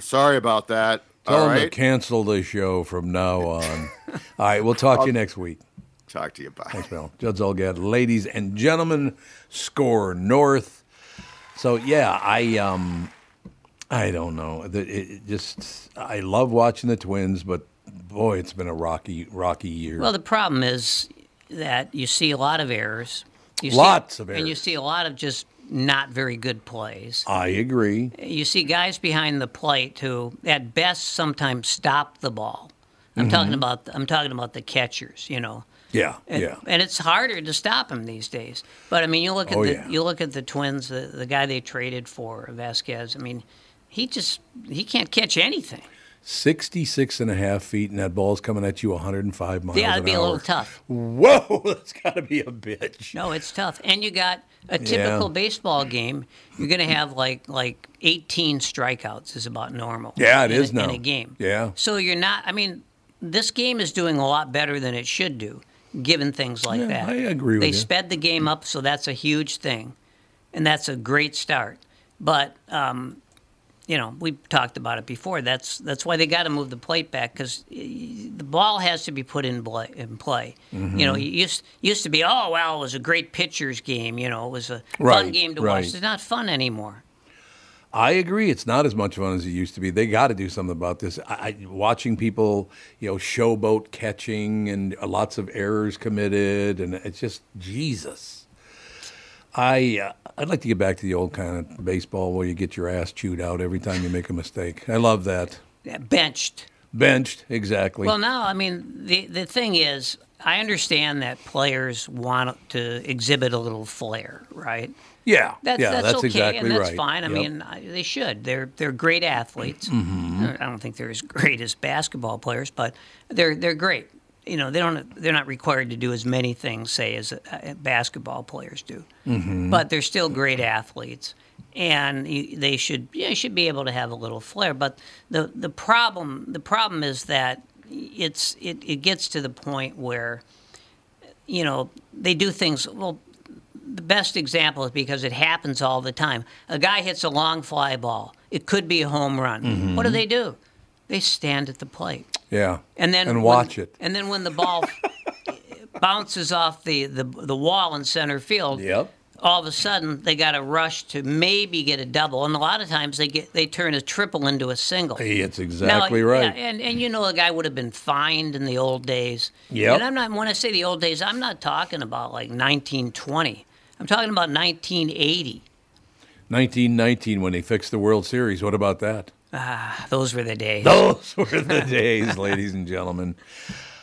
sorry about that. Tell All them to right. cancel the show from now on. All right, we'll talk to you next week. Talk to you. Bye. Well, Judd Zolgad, ladies and gentlemen, score North. So yeah, I um, I don't know. The- It, it just I love watching the Twins, but boy, it's been a rocky, rocky year. Well, the problem is that you see a lot of errors. You Lots see, of And you errors. see a lot of just not very good plays. I agree. you see guys behind the plate who at best sometimes stop the ball. I'm Mm-hmm. talking about I'm talking about the catchers, you know. Yeah, And, yeah. and it's harder to stop them these days. But I mean, you look at Oh, the yeah. you look at the Twins, the, the guy they traded for Vasquez. I mean, he just he can't catch anything. 66 and a half feet, and that ball's coming at you 105 miles yeah, an that'd be a little hour. tough. Whoa, that's got to be a bitch. No, it's tough. And you got a typical baseball game. You're going to have like like 18 strikeouts is about normal. Yeah, it it is is in a, now. in a game. Yeah. So you're not. I mean, this game is doing a lot better than it should do, given things like Yeah, that. I agree with they you. sped the game up, so that's a huge thing, and that's a great start. But um, you know, we talked about it before. That's that's why they got to move the plate back because the ball has to be put in play. In play. You know, Mm-hmm. it used used to be, oh well, it was a great pitcher's game. You know, it was a Right, fun game to right. watch. It's not fun anymore. I agree. It's not as much fun as it used to be. They got to do something about this. I, I, watching people, you know, showboat catching and uh, lots of errors committed, and it's just Jesus. I uh, I'd like to get back to the old kind of baseball where you get your ass chewed out every time you make a mistake. I love that. Benched. Benched, exactly. Well, no, I mean, the, the thing is, I understand that players want to exhibit a little flair, right? yeah, That's, yeah, that's, that's, okay, exactly and that's right. fine. I Yep. Mm-hmm. mean, I, they should. They're they're great athletes. I don't think they're as great as basketball players, but they're they're great. You know, they don't they're not required to do as many things, say, as uh, basketball players do. Mm-hmm. But they're still great athletes, and you, they should you should be able to have a little flair. But the the problem the problem is that it's it, it gets to the point where you know they do things well the best example is because it happens all the time. A guy hits a long fly ball. It could be a home run. Mm-hmm. What do they do? They stand at the plate. yeah, And then and when- watch it. And then when the ball bounces off the, the the wall in center field, Yep. all of a sudden they got a rush to maybe get a double. And a lot of times they get they turn a triple into a single. Hey, it's Now, exactly yeah, right. and and you know a guy would have been fined in the old days. Yep. And I'm not when I say the old days, I'm not talking about like 1920. I'm talking about 1980. 1919 when they fixed the World Series. What about that? Ah, Those were the days. Those were the days, ladies and gentlemen.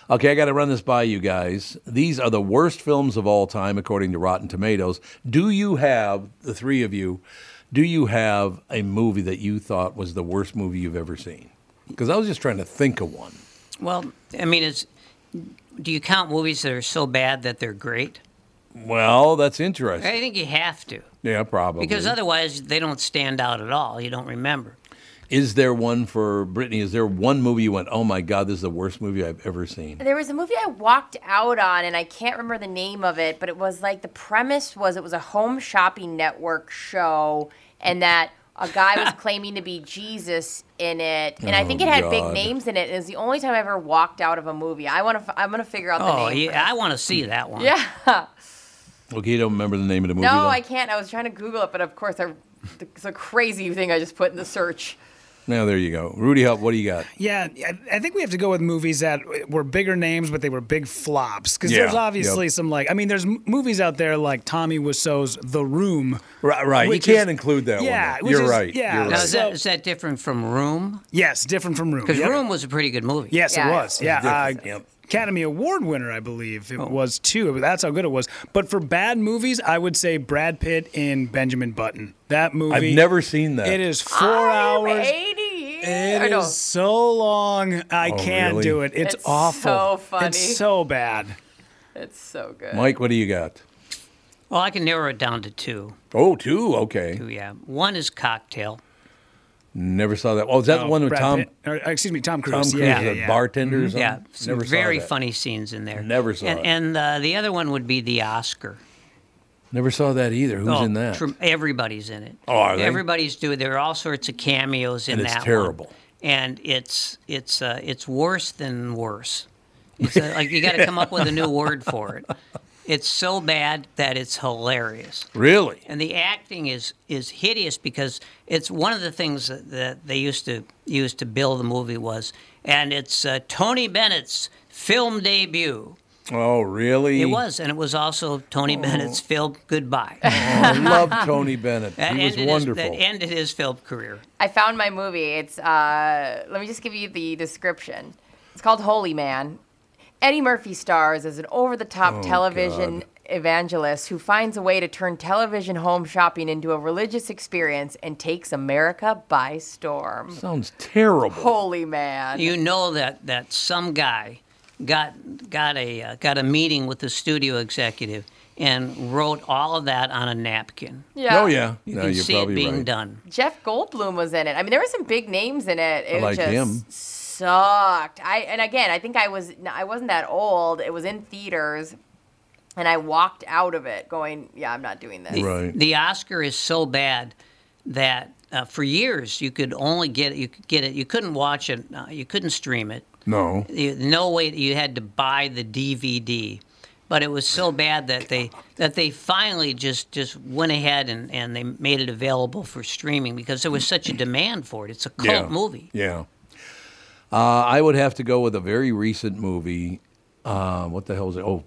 Okay, I got to run this by you guys. These are the worst films of all time, according to Rotten Tomatoes. Do you have, the three of you, do you have a movie that you thought was the worst movie you've ever seen? Because I was just trying to think of one. Well, I mean, it's do you count movies that are so bad that they're great? Well, that's interesting. I think you have to Yeah, probably. because otherwise they don't stand out at all. You don't remember. is there one for Brittany? Is there one movie you went, oh my God, this is the worst movie I've ever seen? There was a movie I walked out on, and I can't remember the name of it, but it was like the premise was it was a home shopping network show, and that a guy was claiming to be Jesus in it, and I Oh, think it had God. big names in it. And it was the only time I ever walked out of a movie. I want to. I'm gonna figure out the Oh, name. yeah, I want to see that one. Yeah. Okay, you don't remember the name of the movie? No, though? I can't. I was trying to Google it, but of course, I, it's a crazy thing I just put in the search. Now there you go, Rudy Hupp. What do you got? Yeah, I, I think we have to go with movies that were bigger names, but they were big flops. Because Yeah, there's obviously yep. some like, I mean, there's m- movies out there like Tommy Wiseau's The Room. Right, right. Which you is- can't include that yeah, one. which You're is- right. yeah. You're Now, right. is, that, is that different from Room? Yes, different from Room. Because Yep. Room was a pretty good movie. Yes, Yeah. it was. Yeah. Uh, different. Yep. Oh. Academy Award winner, I believe it was too. That's how good it was. But for bad movies, I would say Brad Pitt in Benjamin Button. That movie. I've never seen that. It is Oh, 4 I'm hours. 80 years. It or is no. so long. I Oh, can't really? do it. It's, It's awful. so funny. It's so bad. It's so good. Mike, what do you got? Well, I can narrow it down to two. Oh, two. Okay. Two, yeah. One is Cocktail. Never saw that. Oh, is that the one with Brad Tom Pitt- or, uh, excuse me, Tom Tom Cruise. Cruise, yeah, the yeah, yeah. bartender? or something? Yeah, some Never saw very that. funny scenes in there. Never saw and, it. And uh, the other one would be the Oscar. Never saw that either. Who's Oh, in that? trem- everybody's in it. Oh, are they? Everybody's doing. There are all sorts of cameos in And it's that. one. terrible. And it's it's uh, it's worse than worse. It's uh like you got to come up with a new word for it. It's so bad that it's hilarious. Really? and the acting is is hideous because it's one of the things that, that they used to use to bill the movie was, and it's uh, Tony Bennett's film debut. Oh, really? It was, and it was also Tony Bennett's film Goodbye. Oh, I love Tony Bennett. That he was ended wonderful. His, that ended his film career. I found my movie. It's uh, let me just give you the description. It's called Holy Man. Eddie Murphy stars as an over-the-top television evangelist who finds a way to turn television home shopping into a religious experience and takes America by storm. Sounds terrible. Holy Man. You know that that some guy got got a uh, got a meeting with the studio executive and wrote all of that on a napkin. Oh yeah. You no, can you're see probably it being right. done. Jeff Goldblum was in it. I mean, there were some big names in it. It like just him. sucked. I and again, I think I was I wasn't that old. It was in theaters, and I walked out of it going, "Yeah, I'm not doing this." Right. the Oscar is so bad that uh, for years you could only get it, you could get it you couldn't watch it uh, you couldn't stream it No. you, no way you had to buy the DVD but it was so bad that they that they finally just just went ahead and, and they made it available for streaming because there was such a demand for it it's a cult yeah. movie Yeah. Uh, I would have to go with a very recent movie. Uh, what the hell is it? Oh,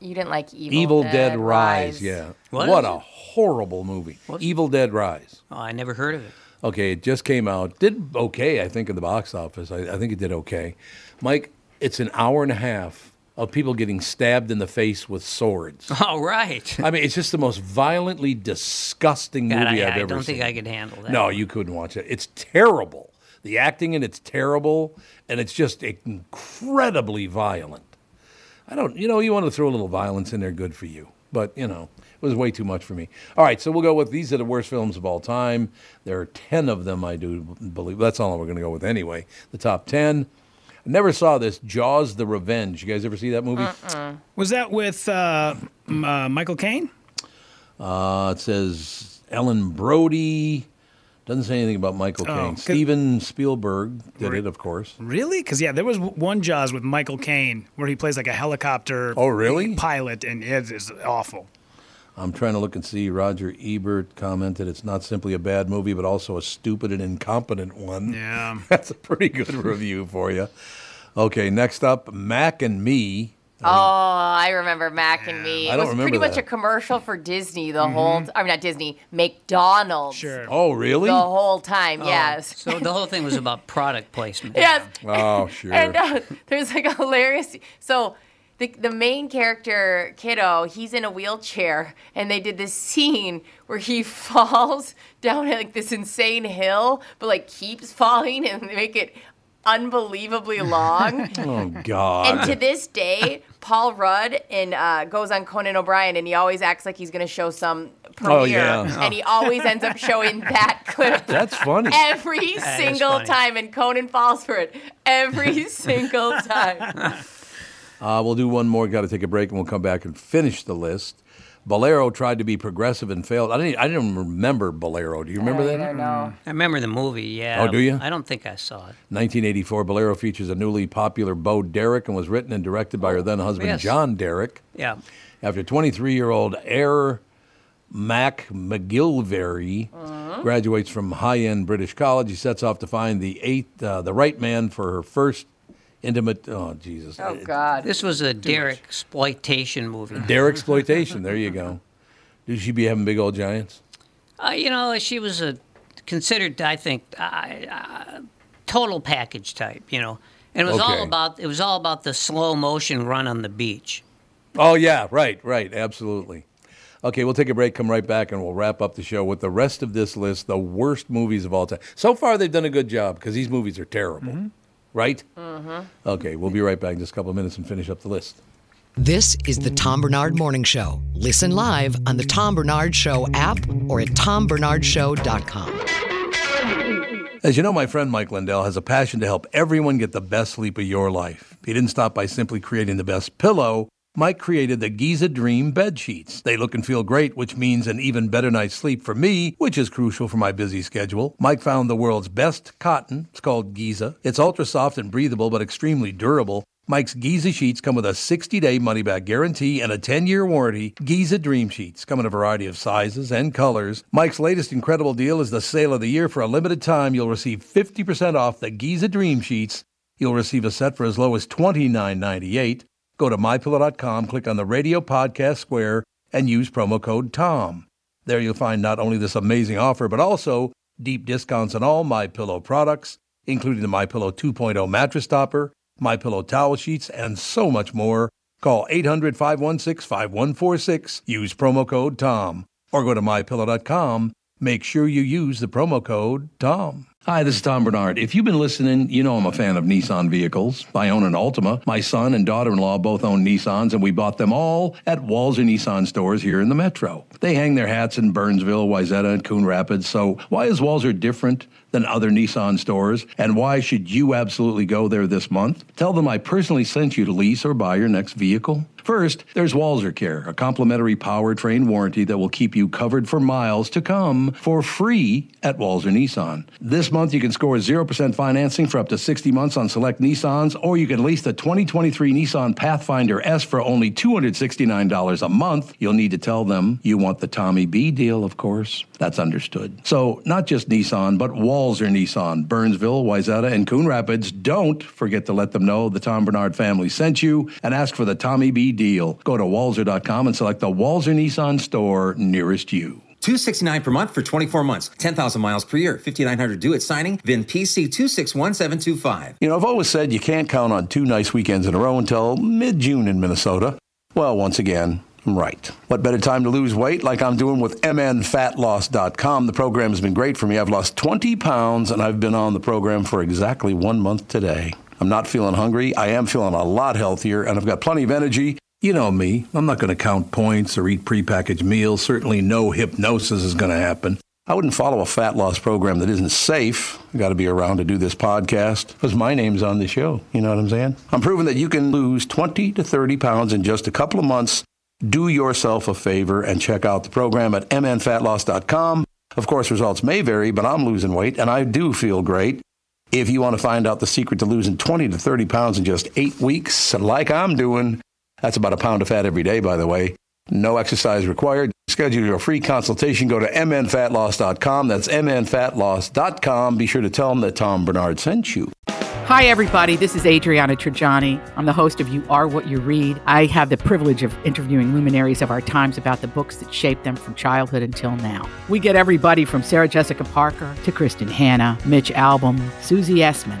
You didn't like Evil, Evil Dead, Rise. Yeah. What is a it? horrible movie. Evil Dead Rise. oh, I never heard of it Okay, it just came out. Did okay, I think, in the box office. I, I think it did okay. Mike, it's an hour and a half of people getting stabbed in the face with swords. all right I mean, it's just the most violently disgusting God, movie I, have I ever don't seen. think I could handle that No, you couldn't watch it. It's terrible. The acting in it's terrible, and it's just incredibly violent. I don't, you know, you want to throw a little violence in there, good for you. But, you know, it was way too much for me. All right, so we'll go with these are the worst films of all time. There are 10 of them, I do believe. That's all we're going to go with anyway. The top 10. I never saw this Jaws the Revenge. You guys ever see that movie? Was that with uh, m- uh, Michael Caine? Uh, it says Ellen Brody. Doesn't say anything about Michael Caine. good. Steven Spielberg did it, of course. Really? Because yeah, there was w- one Jaws with Michael Caine where he plays like a helicopter. Oh, really? Pilot, and it is awful. I'm trying to look and see. Roger Ebert commented, "It's not simply a bad movie, but also a stupid and incompetent one." Yeah. That's a pretty good review for you. Okay, next up, Mac and Me. Oh, I remember Mac and Me. I it don't was remember pretty much that. a commercial for Disney the whole. I mean, not Disney, McDonald's. Sure. Oh, really? The whole time, yes. so the whole thing was about product placement Yes, Oh, sure. And uh, there's like a hilarious. So the the main character kiddo, he's in a wheelchair, and they did this scene where he falls down like this insane hill, but like keeps falling, and they make it unbelievably long. oh and to God. this day, Paul Rudd in uh, goes on Conan O'Brien, and he always acts like he's going to show some premiere, Oh, yeah. and he always ends up showing that clip That's funny. every is single funny. time, and Conan falls for it every single time. Uh, we'll do one more. Got to take a break, and we'll come back and finish the list. Bolero tried to be progressive and failed. I didn't. I didn't remember Bolero. Do you remember that? know. I remember the movie yeah Oh, do you? I don't think I saw it 1984, Bolero features a newly popular Bo Derek and was written and directed by her then husband yes. John Derek. yeah after 23 year old error. Mac McGillivray Uh-huh. graduates from high-end British college. He sets off to find the eighth, uh, the right man for her first intimate. Oh Jesus! Oh God. This was a Derek exploitation movie. Dare exploitation. There you go. Did she be having big old giants? Uh, you know, she was a considered, I think, uh, uh, total package type. You know, and it was Okay. all about it was all about the slow motion run on the beach. Oh yeah, right, right, absolutely. Okay, we'll take a break. Come right back, and we'll wrap up the show with the rest of this list: the worst movies of all time. So far, they've done a good job because these movies are terrible, right? Mm-hmm. Okay, we'll be right back in just a couple of minutes and finish up the list. This is the Tom Bernard Morning Show. Listen live on the Tom Bernard Show app or at tombernardshow.com. As you know, my friend Mike Lindell has a passion to help everyone get the best sleep of your life. He didn't stop by simply creating the best pillow. Mike created the Giza Dream bed sheets. They look and feel great, which means an even better night's sleep for me, which is crucial for my busy schedule. Mike found the world's best cotton. It's called Giza. It's ultra soft and breathable, but extremely durable. Mike's Giza sheets come with a 60-day money-back guarantee and a 10-year warranty. Giza Dream Sheets come in a variety of sizes and colors. Mike's latest incredible deal is the sale of the year. For a limited time, you'll receive 50% off the Giza Dream Sheets. You'll receive a set for as low as $29.98. Go to mypillow.com, click on the radio podcast square, and use promo code TOM. There you'll find not only this amazing offer, but also deep discounts on all My Pillow products, including the My Pillow 2.0 mattress topper, My Pillow towel sheets, and so much more. Call 800 516 5146, use promo code TOM, or go to mypillow.com. Make sure you use the promo code TOM. Hi, this is Tom Bernard. If you've been listening, you know I'm a fan of Nissan vehicles. I own an Altima. My son and daughter-in-law both own Nissans, and we bought them all at Walzer Nissan stores here in the metro. They hang their hats in Burnsville, Wayzata, and Coon Rapids. So why is Walzer different than other Nissan stores? And why should you absolutely go there this month? Tell them I personally sent you to lease or buy your next vehicle. First, there's Walzer Care, a complimentary powertrain warranty that will keep you covered for miles to come for free at Walzer Nissan. This month, you can score 0% financing for up to 60 months on select Nissans, or you can lease the 2023 Nissan Pathfinder S for only $269 a month. You'll need to tell them you want the Tommy B deal, of course. That's understood. So, not just Nissan, but Walzer Nissan, Burnsville, Wayzata, and Coon Rapids. Don't forget to let them know the Tom Bernard family sent you and ask for the Tommy B deal. Go to walzer.com and select the Walzer Nissan store nearest you. 269 per month for 24 months, 10,000 miles per year, 5,900 due at signing, VIN PC 261725. You know, I've always said you can't count on two nice weekends in a row until mid June in Minnesota. Well, once again, I'm right. What better time to lose weight like I'm doing with MNFatLoss.com? The program has been great for me. I've lost 20 pounds and I've been on the program for exactly one month today. I'm not feeling hungry. I am feeling a lot healthier and I've got plenty of energy. You know me, I'm not going to count points or eat prepackaged meals. Certainly, no hypnosis is going to happen. I wouldn't follow a fat loss program that isn't safe. I got to be around to do this podcast because my name's on the show. You know what I'm saying? I'm proving that you can lose 20 to 30 pounds in just a couple of months. Do yourself a favor and check out the program at mnfatloss.com. Of course, results may vary, but I'm losing weight and I do feel great. If you want to find out the secret to losing 20 to 30 pounds in just eight weeks, like I'm doing, that's about a pound of fat every day, by the way. No exercise required. Schedule your free consultation. Go to mnfatloss.com. That's mnfatloss.com. Be sure to tell them that Tom Bernard sent you. Hi, everybody. This is Adriana Trajani. I'm the host of You Are What You Read. I have the privilege of interviewing luminaries of our times about the books that shaped them from childhood until now. We get everybody from Sarah Jessica Parker to Kristen Hanna, Mitch Albom, Susie Essman,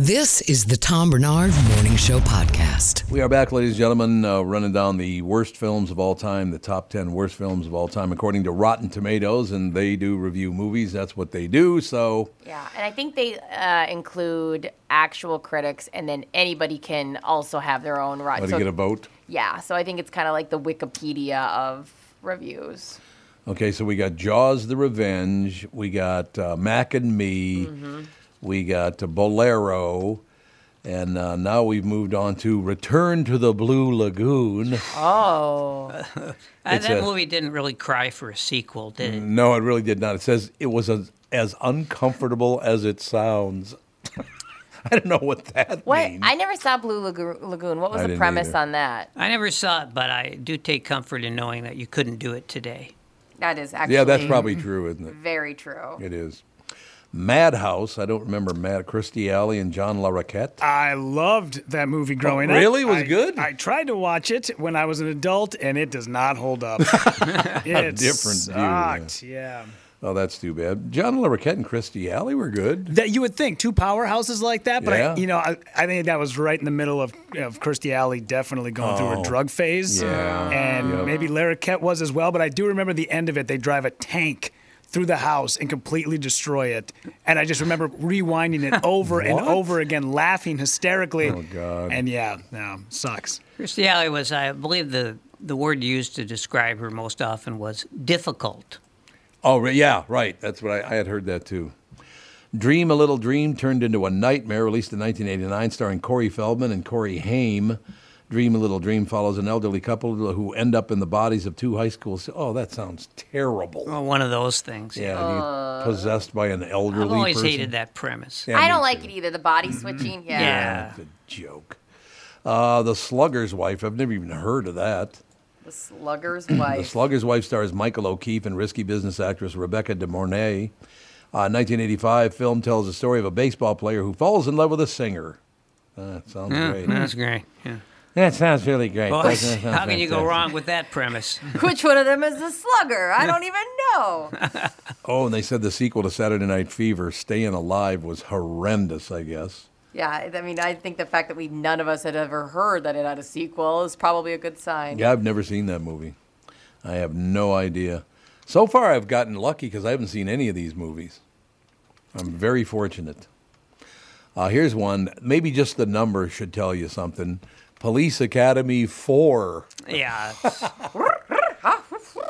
This is the Tom Bernard Morning Show podcast. We are back, ladies and gentlemen, uh, running down the worst films of all time, the top 10 worst films of all time, according to Rotten Tomatoes. And they do review movies. That's what they do. So, Yeah, and I think they uh, include actual critics, and then anybody can also have their own how right. to get a vote. yeah, so I think it's kind of like the Wikipedia of reviews. Okay, so we got Jaws the Revenge. Mm-hmm. We got uh, Mac and Me. We got uh, Bolero. And uh, now we've moved on to Return to the Blue Lagoon. Oh. Uh, It's that a- Mm. movie didn't really cry for a sequel, did it? No, it really did not. It says it was as, as uncomfortable as it sounds. I don't know what that What? I never saw Blue Lago- Lagoon. What was I the didn't premise either. on that? I never saw it, but I do take comfort in knowing that you couldn't do it today. That is actually Yeah, that's probably true, isn't it? very true. It is. Madhouse. I don't remember Mad Christie Alley and John LaRoquette. I loved that movie growing up. Oh, really? It was I- good? I tried to watch it when I was an adult, and it does not hold up. A it different view. yeah. sucked, yeah. Oh, that's too bad. John LaRoquette and Christie Alley were good. That you would think two powerhouses like that, but Yeah. I, you know, I, I think that was right in the middle of of Kirstie Alley definitely going through Oh. a drug phase, Yeah. and Yep. maybe Larroquette was as well. But I do remember the end of it; they drive a tank through the house and completely destroy it, and I just remember rewinding it over and What? over again, laughing hysterically. Oh, God. And yeah, no, sucks. Kirstie Alley was, I believe, the the word used to describe her most often was difficult. Oh, re- yeah, right. That's what I, I had heard that too. Dream a Little Dream turned into a nightmare, released in 1989, starring Corey Feldman and Corey Haim. Dream a Little Dream follows an elderly couple who end up in the bodies of two high school. s- Oh, that sounds terrible. Well, one of those things. Yeah, you possessed by an elderly. Uh, I've always person. hated that premise. Yeah, I me don't too. Mm-hmm. like it either. The body switching. Yeah. Yeah. It's a joke. Uh, the Slugger's Wife. I've never even heard of that. The slugger's The wife. Slugger's Wife stars Michael O'Keefe and risky business actress Rebecca De Mornay. Uh, 1985 film tells the story of a baseball player who falls in love with a singer. Ah, That sounds Yeah, great. that's great. Yeah. That sounds really great. Well, Doesn't it? how can you go Fantastic. wrong with that premise? Which one of them is the slugger? I don't even know. Oh, and they said the sequel to Saturday Night Fever, Staying Alive, was horrendous, I guess. Yeah, I- I mean, I think the fact that we none of us had ever heard that it had a sequel is probably a good sign. Yeah, I've never seen that movie. I have no idea. So far, I've gotten lucky because I haven't seen any of these movies. I'm very fortunate. Uh, here's one. Maybe just the number should tell you something. Police Academy 4. yeah. it's-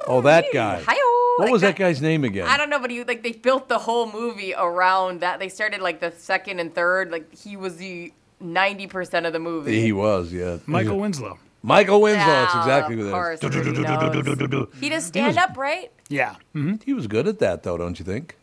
Oh, that guy. Hi-yo, What like was that guy's name again? I don't know, but he like they built the whole movie around that. They started like the second and third. Like he was the ninety percent of the movie. He was, yeah. Michael Winslow. Michael Winslow. That's Wow, exactly of who that is. course, everybody knows. He does stand up, right? Yeah. He was good at that, though, don't you think?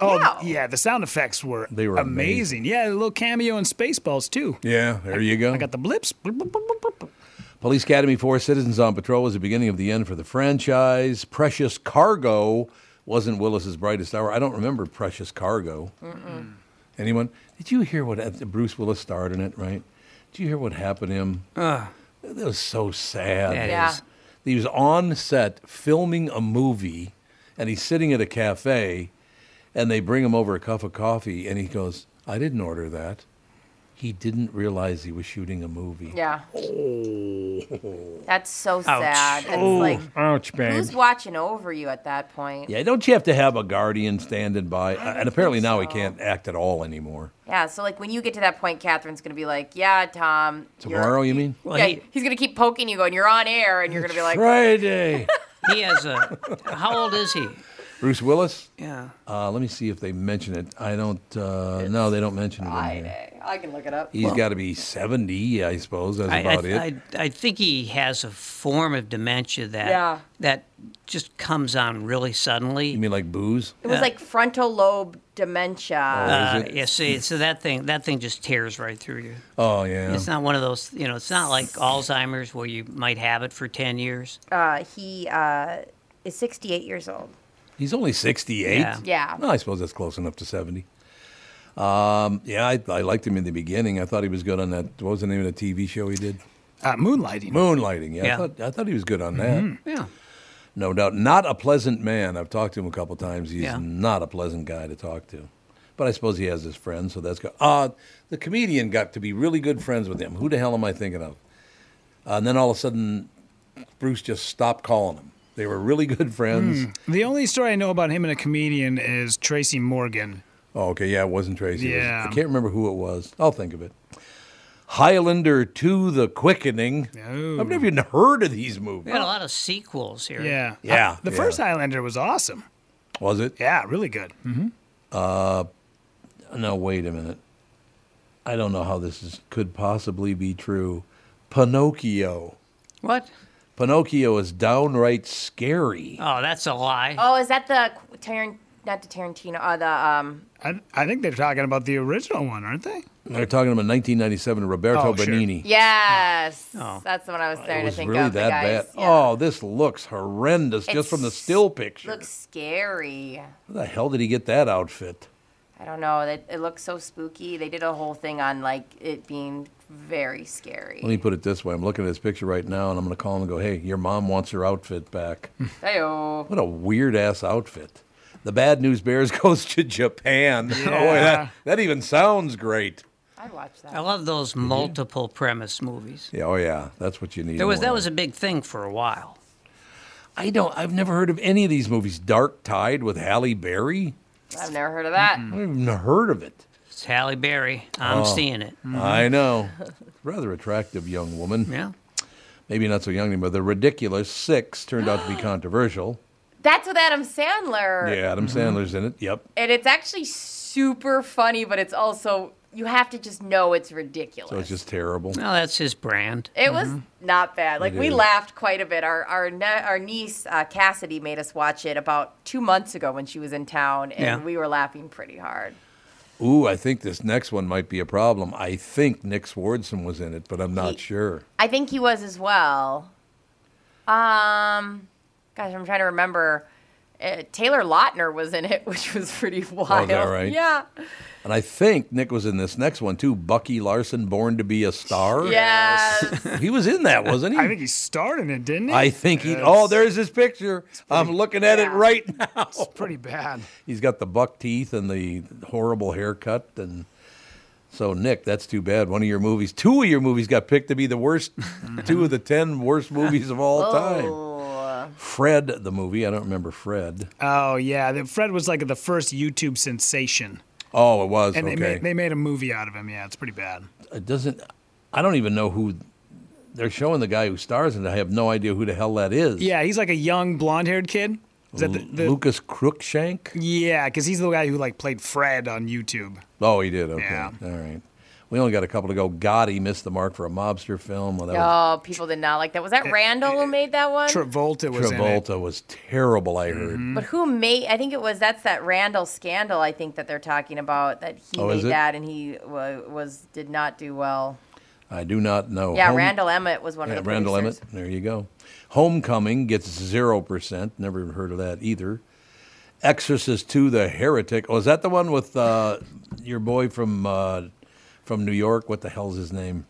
Oh Yeah. yeah. the sound effects were They were amazing. amazing. Yeah, a little cameo in Spaceballs too. Yeah, there you go. I got the blips. Blip, blip, blip, blip, blip. Police Academy 4 Citizens on Patrol was the beginning of the end for the franchise. Precious Cargo wasn't Willis's brightest hour. I don't remember Precious Cargo. Anyone? Did you hear what uh, Bruce Willis starred in it, right? Did you hear what happened to him? That was so sad. Yeah, it Yeah. is. He was on set filming a movie and he's sitting at a cafe and they bring him over a cup of coffee and he goes, I didn't order that. He didn't realize he was shooting a movie. Yeah. Oh. That's so sad. It's like Ouch, babe. who's watching over you at that point? Oh. Yeah, don't you have to have a guardian standing by? And apparently now he can't act at all anymore. Yeah, so like when you get to that point, Catherine's gonna be like, "Yeah, Tom, you're- Tomorrow, you mean? Well, yeah, he, he's gonna keep poking you, going, "You're on air," and you're gonna be like, Friday. he has a. How old is he? Bruce Willis. Yeah. Uh, let me see if they mention it. I don't. Uh, no, they don't mention it. In here. "Friday." I can look it up. He's got to be seventy, I suppose. That's I, about I, it. I, I think he has a form of dementia that Yeah. that just comes on really suddenly. you mean like booze? It was like frontal lobe dementia. Uh, is it? yeah, see, so that thing that thing just tears right through you. Oh yeah. It's not one of those, you know, it's not like Alzheimer's where you might have it for 10 years. Uh, he uh, is 68 years old. He's only sixty-eight. Yeah. Yeah. No, I suppose that's close enough to seventy. Um, yeah, I, I liked him in the beginning. I thought he was good on that. What was the name of the TV show he did? Uh, moonlighting. Moonlighting. Yeah, I, Yeah. Mm-hmm. thought, I thought he was good on that. Yeah. No doubt. Not a pleasant man. I've talked to him a couple times. He's Yeah. not a pleasant guy to talk to. But I suppose he has his friends, so that's good. Uh, the comedian got to be really good friends with him. Who the hell am I thinking of? Uh, and then all of a sudden, Bruce just stopped calling him. They were really good friends. The only story I know about him and a comedian is Tracy Morgan. Oh, okay. Yeah, it wasn't Tracy. It was- Yeah. I can't remember who it was. I'll think of it. Highlander 2 The Quickening. Oh. I've never even heard of these We movies. got a lot of sequels here. Yeah. Yeah, Uh, the yeah. first Highlander was awesome. Was it? Mm-hmm. Yeah, really good. Mhm. No, wait a minute. I don't know how this is, could possibly be true. Pinocchio. What? Pinocchio is downright scary. Oh, that's a lie. Oh, is that the Taran? Not the Tarantino. Uh, the um. I, I think they're talking about the original one, aren't they? They're talking about 1997 Roberto Oh, sure. Benigni. Yes, that's the one I was starting Oh. It to was think really of. that the guys. bad. Oh, this looks horrendous just from the It's- still picture. Looks scary. Where the hell did he get that outfit? I don't know. It, it looks so spooky. They did a whole thing on like it being very scary. Let me put it this way: I'm looking at this picture right now, and I'm going to call him and go, "Hey, your mom wants her outfit back." Hmm. Hey-oh. What a weird ass outfit. The bad news bears goes to Japan. Oh, that, that even sounds great. I'd watch that. I love those multiple premise movies. Mm-hmm. Yeah, oh yeah, that's what you need. There was more that of. was a big thing for a while. I don't. I've never heard of any of these movies. Dark Tide with Halle Berry. I've never heard of that. I've even heard of it. Mm-hmm. It's Halle Berry. I'm Oh, seeing it. I know. Rather attractive young woman. Mm, Yeah. Maybe not so young anymore. The ridiculous six turned out to be controversial. That's with Adam Sandler. Yeah, Adam Sandler's in it. Yep. And it's actually super funny, but it's also you have to just know it's ridiculous. So it's just terrible. Well, that's his brand. It was not bad. Like Mm-hmm. It we is. laughed quite a bit. Our our ne- our niece uh, Cassidy made us watch it about two months ago when she was in town, and Yeah. we were laughing pretty hard. Ooh, I think this next one might be a problem. I think Nick Swardson was in it, but I'm not sure. I think he was as well. Um, gosh, I'm trying to remember. Uh, Taylor Lautner was in it, which was pretty wild. Oh, right? Yeah. And I think Nick was in this next one too. Bucky Larson, Born to Be a Star. Yes. he was in that, wasn't he? I think he starred in it, didn't he? Uh, I think he. Yes. Oh, there's his picture. I'm looking at it right now. It's pretty bad. He's got the buck teeth and the horrible haircut, and so Nick, that's too bad. One of your movies, two of your movies, got picked to be the worst, two of the ten worst movies of all time. Fred, the movie. I don't remember Fred. Oh yeah, the- Fred was like the first YouTube sensation, Oh, it was and okay. they made they made a movie out of him. Yeah, it's pretty bad. it doesn't. I don't even know who they're showing the guy who stars in it. I have no idea who the hell that is. Yeah, he's like a young blonde-haired kid. Is that the, Lu- the Lucas Crookshank? Yeah, because he's the guy who like played Fred on YouTube. Oh, he did. Okay. Yeah. All right. We only got a couple to go. Gotti missed the mark for a mobster film. Well, that was, Oh, people did not like that. Was that Randall who made that one? Travolta was in it. Mm-hmm. Travolta was terrible, I heard. But who made? I think it was that's that Randall scandal. I think that they're talking about that he Oh, is made it? that and he wa was did not do well. I do not know. yeah, Home- Randall Emmett was one Yeah, of the Randall producers. Emmett. There you go. Homecoming gets 0%. Never heard of that either. Exorcist 2, The Heretic. Oh, is that the one with uh, your boy from uh, from New York? What the hell's his name?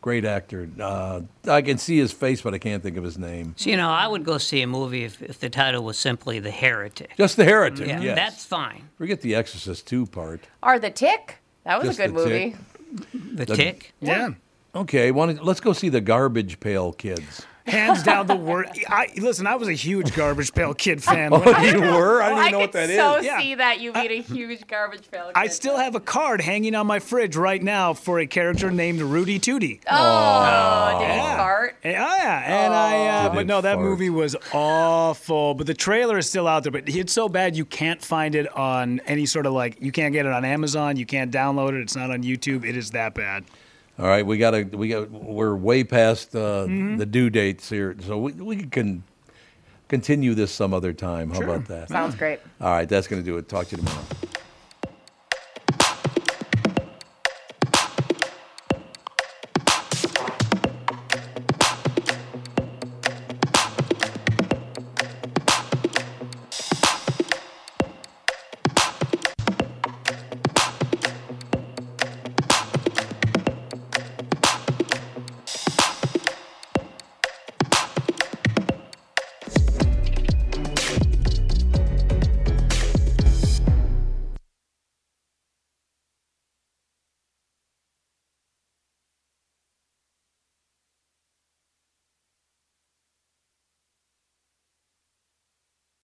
Great actor. Uh, I can see his face, but I can't think of his name. So, you know, I would go see a movie if, if the title was simply The Heretic. Just The Heretic. Yeah, yes. that's fine. Forget the Exorcist 2 part. Or The Tick. That was Just a good The Tick. movie. The Tick. Yeah. Okay, why don't- let's go see The Garbage Pail Kids. Hands down the worst. I listen. I was a huge Garbage Pail Kid fan. when Oh, I- you were? I Oh, didn't even know what that could is. so Yeah. see that you made a huge garbage pail. I kid. still have a card hanging on my fridge right now for a character named Rudy Tootie. Oh, did he fart? And- oh yeah, and I. Uh, Did it but no, that fart? movie was awful. But the trailer is still out there. But it's so bad you can't find it on any sort of like you can't get it on Amazon. You can't download it. It's not on YouTube. It is that bad. All right, we got to we got we're way past uh, Mm-hmm. the due dates here, so we we can continue this some other time. How about that? Sounds great. All right, that's going to do it. Talk to you tomorrow.